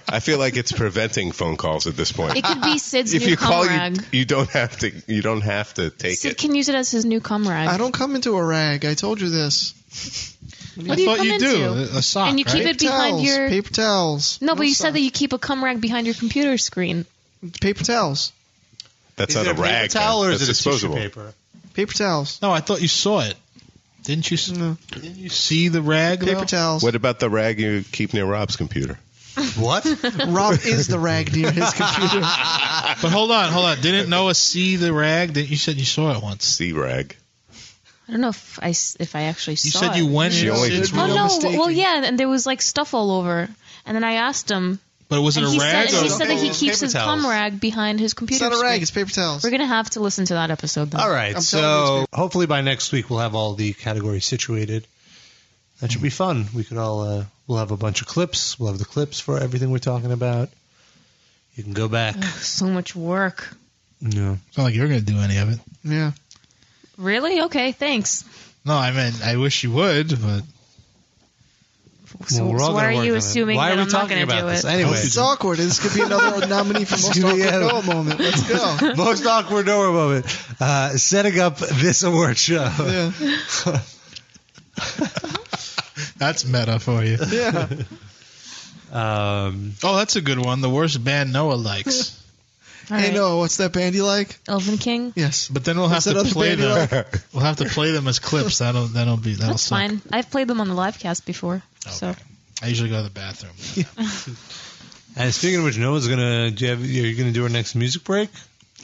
S26: I feel like it's preventing phone calls at this point.
S3: It could be Sid's
S26: if
S3: new
S26: you
S3: cum
S26: call, you,
S3: rag.
S26: you don't have to. You don't have to take
S3: Sid
S26: it.
S3: can use it as his new cum rag.
S5: I don't come into a rag. I told you this.
S3: What do you come into? And you keep
S5: Paper
S3: it behind
S5: towels,
S3: your.
S5: paper towels.
S3: no, but you said that you keep a cum rag behind your computer screen.
S5: Paper towels.
S26: That's
S5: Is
S26: not
S5: it
S26: a
S5: a paper
S26: rag. man.
S5: towel or is
S26: That's
S5: it a tissue
S26: disposable.
S2: paper?
S5: Paper towels.
S6: No, I thought you saw it. Didn't you? s Didn't you see the rag? Paper
S5: towels.
S26: What about the rag you keep near Rob's computer?
S2: What?
S5: Rob is the rag near his computer.
S6: But hold on, hold on. Didn't Noah see the rag? Didn't you said you saw it once?
S26: See rag.
S3: I don't know if I, s- if I actually
S6: You
S3: saw
S6: said
S3: it.
S6: you went She in only- Sid's
S3: Oh,
S6: room.
S3: no.
S6: Mistaken.
S3: Well, yeah, and there was like stuff all over. And then I asked him.
S6: But was it
S3: and
S6: a
S3: he
S6: rag?
S3: Said, and
S6: or
S3: he said that he keeps his cum rag behind his computer
S5: not a rag,
S3: screen.
S5: it's paper towels.
S3: We're going to have to listen to that episode, though.
S2: All right, so hopefully by next week we'll have all the categories situated. That should be fun. We could all uh, we'll have a bunch of clips. We'll have the clips for everything we're talking about. You can go back.
S3: So much work.
S2: No,
S6: it's not like you're going to do any of it.
S5: Yeah.
S3: Really? Okay, thanks.
S6: No, I mean, I wish you would, but.
S3: So- we're all so why gonna are work you on it. assuming Why that are we I'm not talking gonna about do this? it?
S6: Anyway.
S5: This is awkward. This could be another nominee for most awkward Noah moment. Let's go.
S2: Most awkward Noah moment. Uh, setting up this award show.
S6: That's meta for you.
S5: Yeah.
S6: Um, oh, that's a good one. The worst band Noah likes.
S5: Hey Noah, what's that band you like?
S3: Elvin King.
S5: Yes,
S6: but then we'll
S5: What's
S6: have to
S5: that other
S6: play
S5: band you
S6: them.
S5: like?
S6: We'll have to play them as clips. That'll that'll be that'll
S3: That's
S6: suck.
S3: fine. I've played them on the live cast before. So
S6: I usually go to the bathroom.
S2: And speaking of which, Noah's gonna. Do you have, you're gonna do our next music break.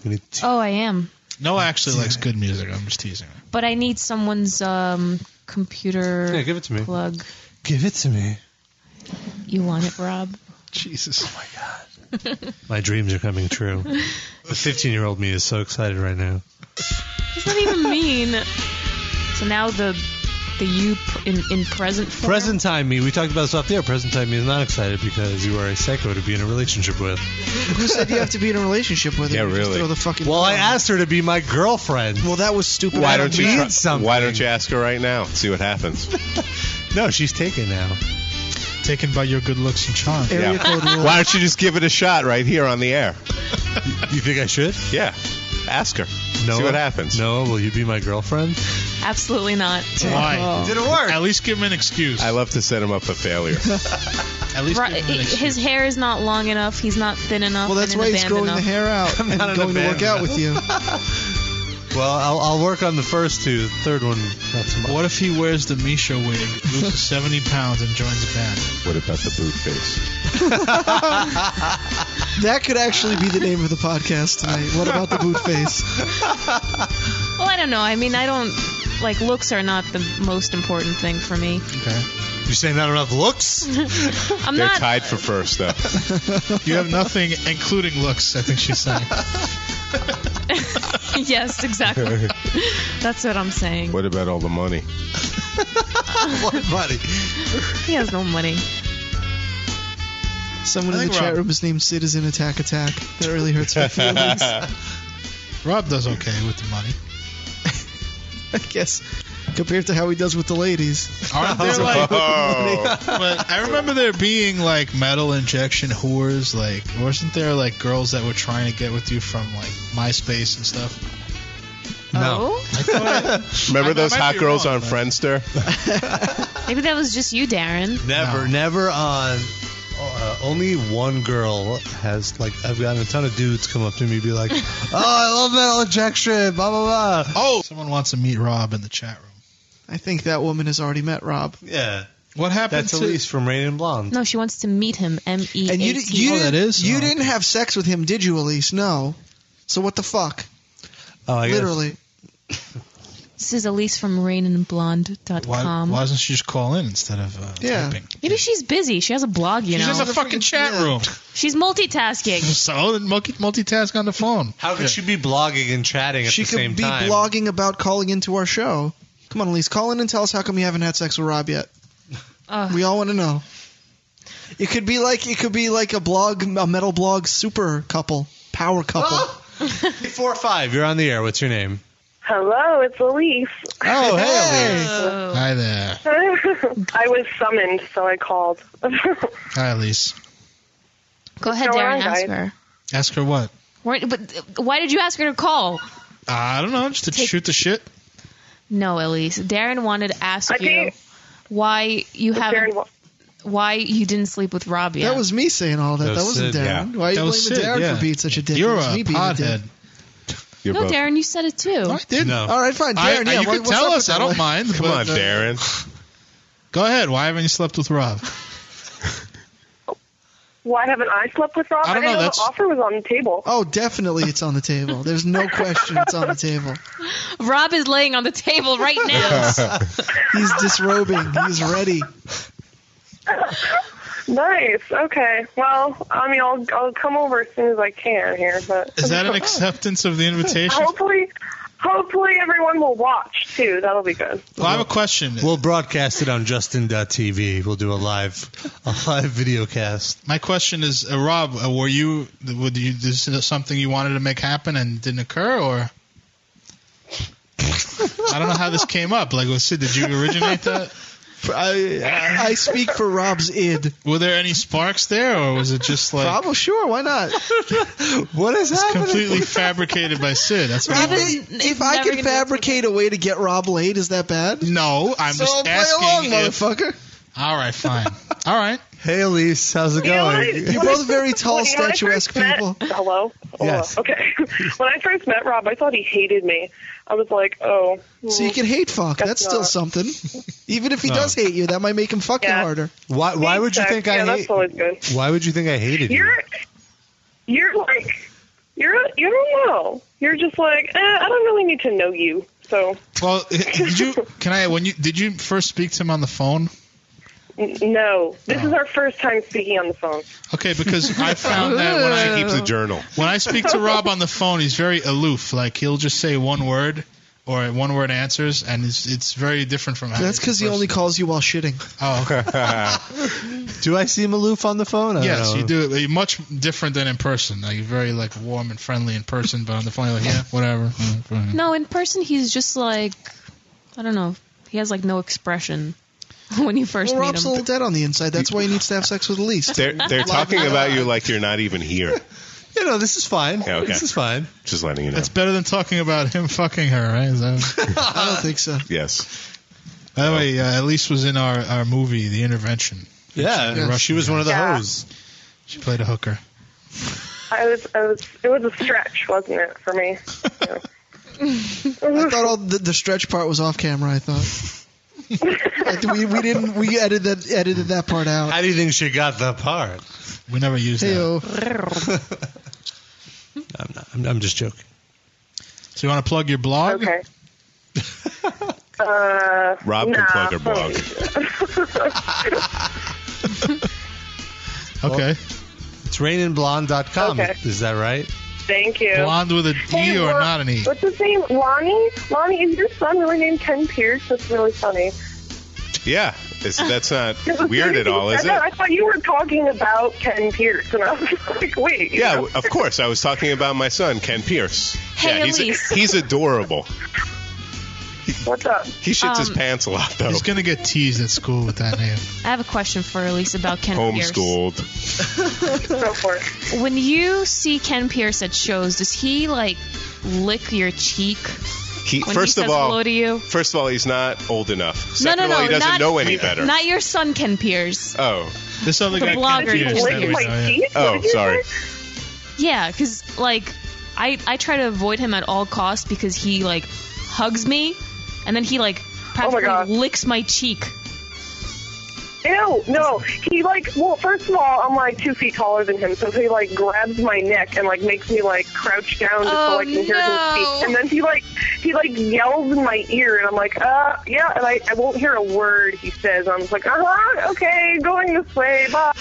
S2: Gonna t-
S3: Oh, I am.
S6: Noah actually likes good music. I'm just teasing. her.
S3: But I need someone's um computer
S6: Yeah, give it to me.
S3: plug.
S2: Give it to me.
S3: You want it, Rob?
S6: Jesus. Oh
S2: my god. My dreams are coming true. The 15 year old me is so excited right now.
S3: Does that even mean? So now the the you pr- in, in present form.
S2: Present time me, we talked about this off the air. Present time me is not excited because you are a psycho to be in a relationship with.
S5: Who said you have to be in a relationship with? her? You just Throw the fucking.
S2: well, I asked her to be my girlfriend. Well,
S5: that was stupid.
S8: Why don't you
S2: mean
S8: try-
S2: something?
S8: Why don't you ask her right now? See what happens.
S2: no, she's taken now.
S6: Taken by your good looks and charm.
S8: Yeah. Why don't you just give it a shot right here on the air?
S2: You think I should?
S8: Yeah. Ask her.
S2: Noah,
S8: See what happens.
S2: Noah, will you be my girlfriend?
S3: Absolutely not. Oh.
S8: Why?
S6: Did it work? At least give him an excuse.
S8: I love to set him up for failure.
S6: At least
S3: Ro- his hair is not long enough. He's not thin enough.
S5: Well, that's
S3: and
S5: why
S3: in
S5: he's
S3: a band
S5: growing
S3: enough.
S5: the hair out and
S2: not in a
S5: going to
S2: band
S5: work out
S2: enough.
S5: with you.
S2: Well, I'll, I'll work on the first two. The third one, not so much.
S6: What if he wears the Misha wig, loses 70 pounds, and joins a band?
S8: What about the boot face?
S5: That could actually be the name of the podcast tonight. What about the boot face?
S3: Well, I don't know. I mean, I don't like looks are not the most important thing for me.
S6: Okay.
S2: You say not enough looks?
S3: I'm
S8: They're
S3: not.
S8: tied for first, though.
S6: You have nothing, including looks, I think she's saying.
S3: yes, exactly. That's what I'm saying.
S8: what about all the money?
S2: what money?
S3: He has no money.
S5: Someone
S6: I
S5: in
S6: think
S5: the chat
S6: Rob-
S5: room is named Citizen Attack Attack. That really hurts my feelings.
S6: Rob does okay with the money.
S5: I guess compared to how he does with the ladies.
S6: Aren't there like? but I remember there being like metal injection whores. Like, wasn't there like girls that were trying to get with you from like MySpace and stuff?
S3: Oh?
S2: No.
S8: Remember
S6: I- I
S8: those
S6: might
S8: hot
S6: be
S8: girls
S6: wrong,
S8: on
S6: but-
S8: Friendster?
S3: Maybe that was just you, Darren.
S2: Never, never on. Uh, only one girl has like I've gotten a ton of dudes come up to me and be like, "Oh, I love metal injection, blah blah blah."
S6: Oh, someone wants to meet Rob in the chat room.
S5: I think that woman has already met Rob.
S2: Yeah,
S6: What happened
S2: that's
S6: to
S2: Elise from Rain and Blonde.
S3: No, she wants to meet him. M E A
S5: And you,
S3: T.
S5: di- you
S6: Oh, that
S5: didn't-
S6: is?
S5: you
S6: Oh,
S5: didn't have sex with him, did you, Elise? No. So what the fuck?
S2: Oh, I guess-
S5: Literally.
S3: This is Elise from
S6: Why,
S3: rainandblonde.com.
S6: why doesn't she just call in instead of uh,
S5: Yeah.
S6: typing?
S3: Maybe she's busy. She has a blog, you
S6: She's
S3: know.
S6: in the fucking chat room.
S3: She's multitasking.
S6: So then multi- multitask on the phone.
S2: How could she be blogging and chatting at
S5: She
S2: the
S5: could
S2: same
S5: be
S2: time?
S5: blogging about calling into our show. Come on, Elise, call in and tell us how come you haven't had sex with Rob yet.
S3: Ugh.
S5: We all want to know. It could be like it could be like a blog, a metal blog super couple, power couple.
S2: Four or five. You're on the air. What's your name?
S15: Hello, it's Elise.
S2: Oh, hey, Elise.
S3: Oh.
S6: Hi there.
S15: I was summoned, so I called.
S6: Hi, Elise.
S3: Go ahead,
S15: Go
S3: Darren.
S15: on,
S3: Ask
S15: guys.
S3: her.
S6: Ask her what?
S3: Why- but why did you ask her to call?
S6: I don't know. Just to
S3: Take-
S6: shoot the shit.
S3: No, Elise. Darren wanted to ask
S15: I
S3: you
S15: think-
S3: why you
S15: Darren,
S3: haven't,
S15: wa-
S3: why you didn't sleep with Rob yet.
S5: That was me saying all that.
S2: That
S5: That,
S2: was
S5: was not
S2: Sid,
S5: Darren.
S2: yeah.
S5: Why are you
S6: That
S5: blaming
S6: was Sid,
S5: Darren
S6: yeah.
S5: for being such a dick?
S6: You're
S5: It
S6: a
S5: was me being
S6: pothead.
S5: dick.
S8: You're
S3: no,
S8: both.
S3: Darren, you said it too.
S6: I did.
S2: No.
S5: All right, fine,
S6: I,
S5: Darren.
S6: I-
S5: yeah,
S6: you
S5: why-
S6: can
S5: what's
S6: tell
S5: up with
S6: us. I
S5: that?
S6: don't mind.
S8: Come on,
S6: but, uh,
S8: Darren.
S6: Go ahead. Why haven't you slept with Rob?
S15: why haven't I slept with Rob?
S6: I don't know,
S15: didn't
S6: that's-
S15: the offer was on the table.
S5: Oh, definitely, it's on the table. There's no question, it's on the table.
S3: Rob is laying on the table right now.
S5: He's disrobing. He's ready.
S15: Nice. Okay. Well, I mean, I'll I'll come over as soon as I can here, but
S6: Is that an acceptance of the invitation?
S15: hopefully, hopefully everyone will watch too. That'll be good.
S6: Well, I have a question.
S2: We'll broadcast it on Justin.tv. We'll do a live, a live video cast.
S6: My question is, uh, Rob, uh, were you? Would you? This is something you wanted to make happen and didn't occur, or I don't know how this came up. Like, well, Sid, did you originate that?
S5: I, I speak for Rob's id.
S6: Were there any sparks there, or was it just like
S5: Rob, well, sure, why not?
S6: what is it's Completely fabricated by Sid. That's what I
S5: Even if I can fabricate a way to get Rob laid, is that bad?
S6: No, I'm
S5: so
S6: just
S5: play
S6: asking
S5: along,
S6: if-
S5: motherfucker.
S6: All right, fine. All right.
S2: Hey, Elise, how's it going?
S5: You're both very tall,
S15: When I
S5: statuesque
S15: first met-
S5: people.
S15: Hello.
S2: Yes.
S15: Okay. when I first met Rob, I thought he hated me. I was like, oh.
S5: So you
S15: hmm.
S5: can hate fuck. That's,
S15: That's
S5: still
S15: not-
S5: something. Even if he
S2: No.
S5: does hate you, that might make him fuck you harder.
S2: Why? Why would you think
S15: yeah,
S2: I
S15: that's
S2: hate?
S15: always good.
S2: Why would you think I hated you?
S15: You're, you're like, you're you don't know. You're just like, eh, I don't really need to know you. So
S6: Well, eh, did you? Can I? When you did you first speak to him on the phone?
S15: n- no, this
S5: Oh.
S15: is our first time speaking on the phone.
S6: Okay, because I found that when I
S8: She keeps a journal.
S6: When I speak to Rob on the phone, he's very aloof. Like he'll just say one word or one word answers, and it's it's very different from how.
S5: That's because he only calls you while shitting.
S6: Oh,
S2: Do I seem aloof on the phone? I don't
S6: Yes,
S2: know.
S6: you do it much different than in person. Like you're very like warm and friendly in person, but on the phone you're like yeah, whatever. Mm, fine.
S3: No, in person he's just like I don't know. He has like no expression when you first
S5: Well,
S3: meet
S5: Rob's a
S3: him.
S5: little dead on the inside. That's why he needs to have sex with Elise.
S8: They're they're talking about you like you're not even here.
S2: You know, this is fine.
S8: Yeah, okay.
S2: This is fine.
S8: Just letting you know.
S6: That's better than talking about him fucking her, right? Is that-
S5: I don't think so.
S8: yes.
S6: By the way, uh, Elise was in our, our movie, The Intervention.
S2: Yeah,
S6: The
S2: she
S6: Russian
S2: was
S6: guy.
S2: one of the
S15: Yeah.
S2: hoes.
S6: She played a hooker.
S15: I was, I was, it was a stretch, wasn't it, for me?
S5: I thought all the, the stretch part was off camera. I thought. I th- we, we didn't we edited that edited that part out.
S2: How do you think she got the part?
S6: We never used that.
S5: Hey-o.
S2: I'm, not, I'm, I'm just joking.
S6: So you want to plug your blog?
S15: Okay. Uh,
S8: Rob
S15: nah.
S8: can plug her blog.
S6: Okay.
S2: It's raininblonde.com.
S15: Okay.
S2: Is that right?
S15: Thank you.
S6: Blonde with an E or
S15: Lon-
S6: not an E?
S15: What's his name? Lonnie? Lonnie, is your son really named Ken Pierce? That's really funny.
S8: Yeah. It's, that's not weird at all, is
S15: I know,
S8: it?
S15: I thought you were talking about Ken Pierce, and I was like, wait. you
S8: Yeah,
S15: know?
S8: of course. I was talking about my son, Ken Pierce.
S15: Hey,
S8: yeah, he's,
S15: Elise.
S8: he's adorable.
S15: What's up?
S8: He shits his
S3: Um,
S8: pants a lot, though.
S6: He's gonna get teased at school with that name.
S3: I have a question for Elise about Ken Pierce.
S8: Homeschooled.
S15: Go for it.
S3: When you see Ken Pierce at shows, does he like lick your cheek?
S8: He,
S3: When he
S8: first of
S3: says
S8: all,
S3: hello to you?
S8: first of all, he's not old enough. Second
S3: no,
S8: of
S3: no,
S8: all,
S3: no.
S8: he doesn't
S3: not,
S8: know any better.
S3: Not your son, Ken Pierce.
S8: oh,
S6: This other
S3: The
S6: guy
S3: blogger
S6: confused
S3: you
S6: that
S3: told
S6: we
S3: me.
S6: know, yeah.
S15: Keith? What
S8: oh,
S15: did you
S8: sorry.
S15: say?
S3: Yeah, because like I I try to avoid him at all costs because he like hugs me, and then he like
S15: Oh
S3: practically
S15: God.
S3: licks my cheek.
S15: Ew, no. He like, well, first of all, I'm like two feet taller than him, so he like grabs my neck and like makes me like crouch down just so
S3: Oh,
S15: I can hear him
S3: no.
S15: speak. And then he like, he like yells in my ear, and I'm like, uh, yeah, and I, I won't hear a word he says. I'm just like, uh huh, okay, going this way, bye,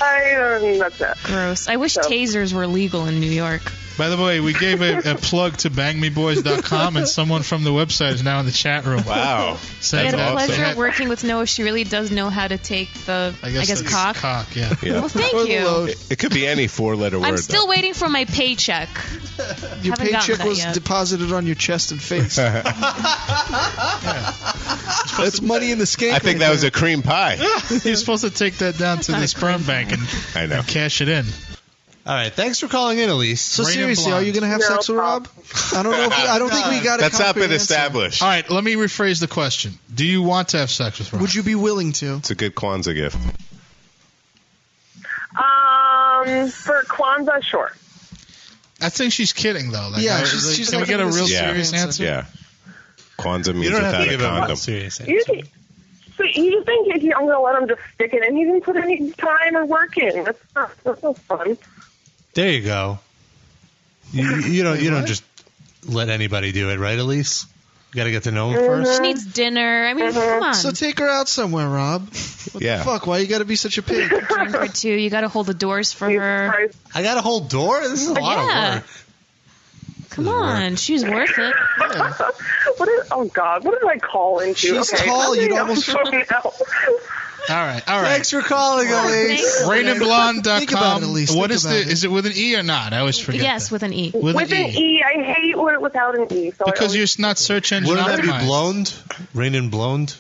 S15: and that's it.
S3: Gross. I wish
S15: So-
S3: tasers were legal in New York.
S6: By the way, we gave a, a plug to bangmeboys.com, and someone from the website is now in the chat room.
S8: Wow.
S3: I
S6: Saying
S3: had a
S6: that-
S3: pleasure
S6: that-
S3: working with Noah. She really does know how to take the I guess,
S6: that's
S3: cock.
S6: yeah.
S8: Yeah.
S3: Well, thank you.
S8: It, it could be any four-letter word.
S3: I'm
S8: though.
S3: still waiting for my paycheck.
S5: Your
S3: Haven't gotten
S5: paycheck
S3: that
S5: was
S3: yet.
S5: deposited on your chest and face. That's money in the skank.
S8: I think that was a cream pie.
S6: You're supposed to take that down to the sperm bank and,
S8: I know.
S6: and cash it in.
S2: All right. Thanks for calling in, Elise.
S5: So seriously, are you gonna have
S15: No
S5: sex with Rob? I don't know. If we, I don't think we got a
S8: That's not been
S5: concrete answer.
S8: established.
S6: Uh, All right, let me rephrase the question. Do you want to have sex with Rob?
S5: Would you be willing to?
S8: It's a good Kwanzaa gift.
S15: Um, for Kwanzaa, sure.
S6: I think she's kidding though. Like,
S5: Yeah,
S6: I-
S5: she's-
S6: like,
S5: she's
S6: can we
S5: like,
S6: get a
S5: this
S6: real
S5: is
S8: Yeah.
S6: serious answer?
S8: Yeah. Kwanzaa means
S2: You don't have
S8: without
S2: to give
S8: a
S2: him
S8: condom.
S2: a serious answer.
S15: You think, so you just think if you, I'm gonna let him just stick it in, he didn't put any time or work in. That's not, that's not fun.
S2: There you go. You, you you don't you don't just let anybody do it, right, Elise? You got to get to know him
S3: She
S15: Mm-hmm.
S2: first.
S3: needs dinner. I mean, come on.
S5: So take her out somewhere, Rob.
S8: yeah.
S5: Fuck, why you gotta be such a pig?
S3: drink or two. You got to hold the doors for her.
S15: Christ.
S2: I got a whole door. This is a lot
S3: Yeah.
S2: of work.
S3: Come on, she's worth it.
S15: What is, oh God, what did I call into?
S5: She's
S15: okay,
S5: tall,
S15: I'm
S5: you'd
S15: getting
S5: almost-
S15: off the phone now.
S6: All right, all right.
S25: Thanks for
S5: Oh,
S25: calling, Elise.
S3: Think about
S6: RainandBlonde.com.
S3: it, Elise.
S6: What
S3: Think
S6: is the?
S3: about
S6: Is
S3: it.
S6: it with an e or not? I always forget.
S3: yes, with an E.
S6: With an
S15: With an E, I hate when it without an E. So
S6: Because
S15: I
S6: you're not search engine
S2: Wouldn't that be
S6: optimized.
S2: blonde? Rain and blonde?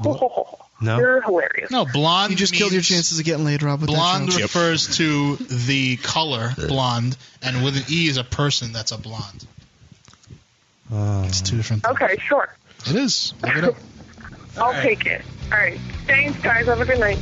S6: No.
S15: You're hilarious.
S6: No, blonde.
S5: You just killed your
S6: means-
S5: chances of getting laid, Rob. With
S6: Blonde
S5: that joke.
S6: refers to the color blonde, and with an e is a person that's a blonde.
S8: Uh,
S6: it's two different.
S15: Okay, sure.
S6: It is. Look it up.
S15: I'll take it. All right. Thanks, guys. Have a good night.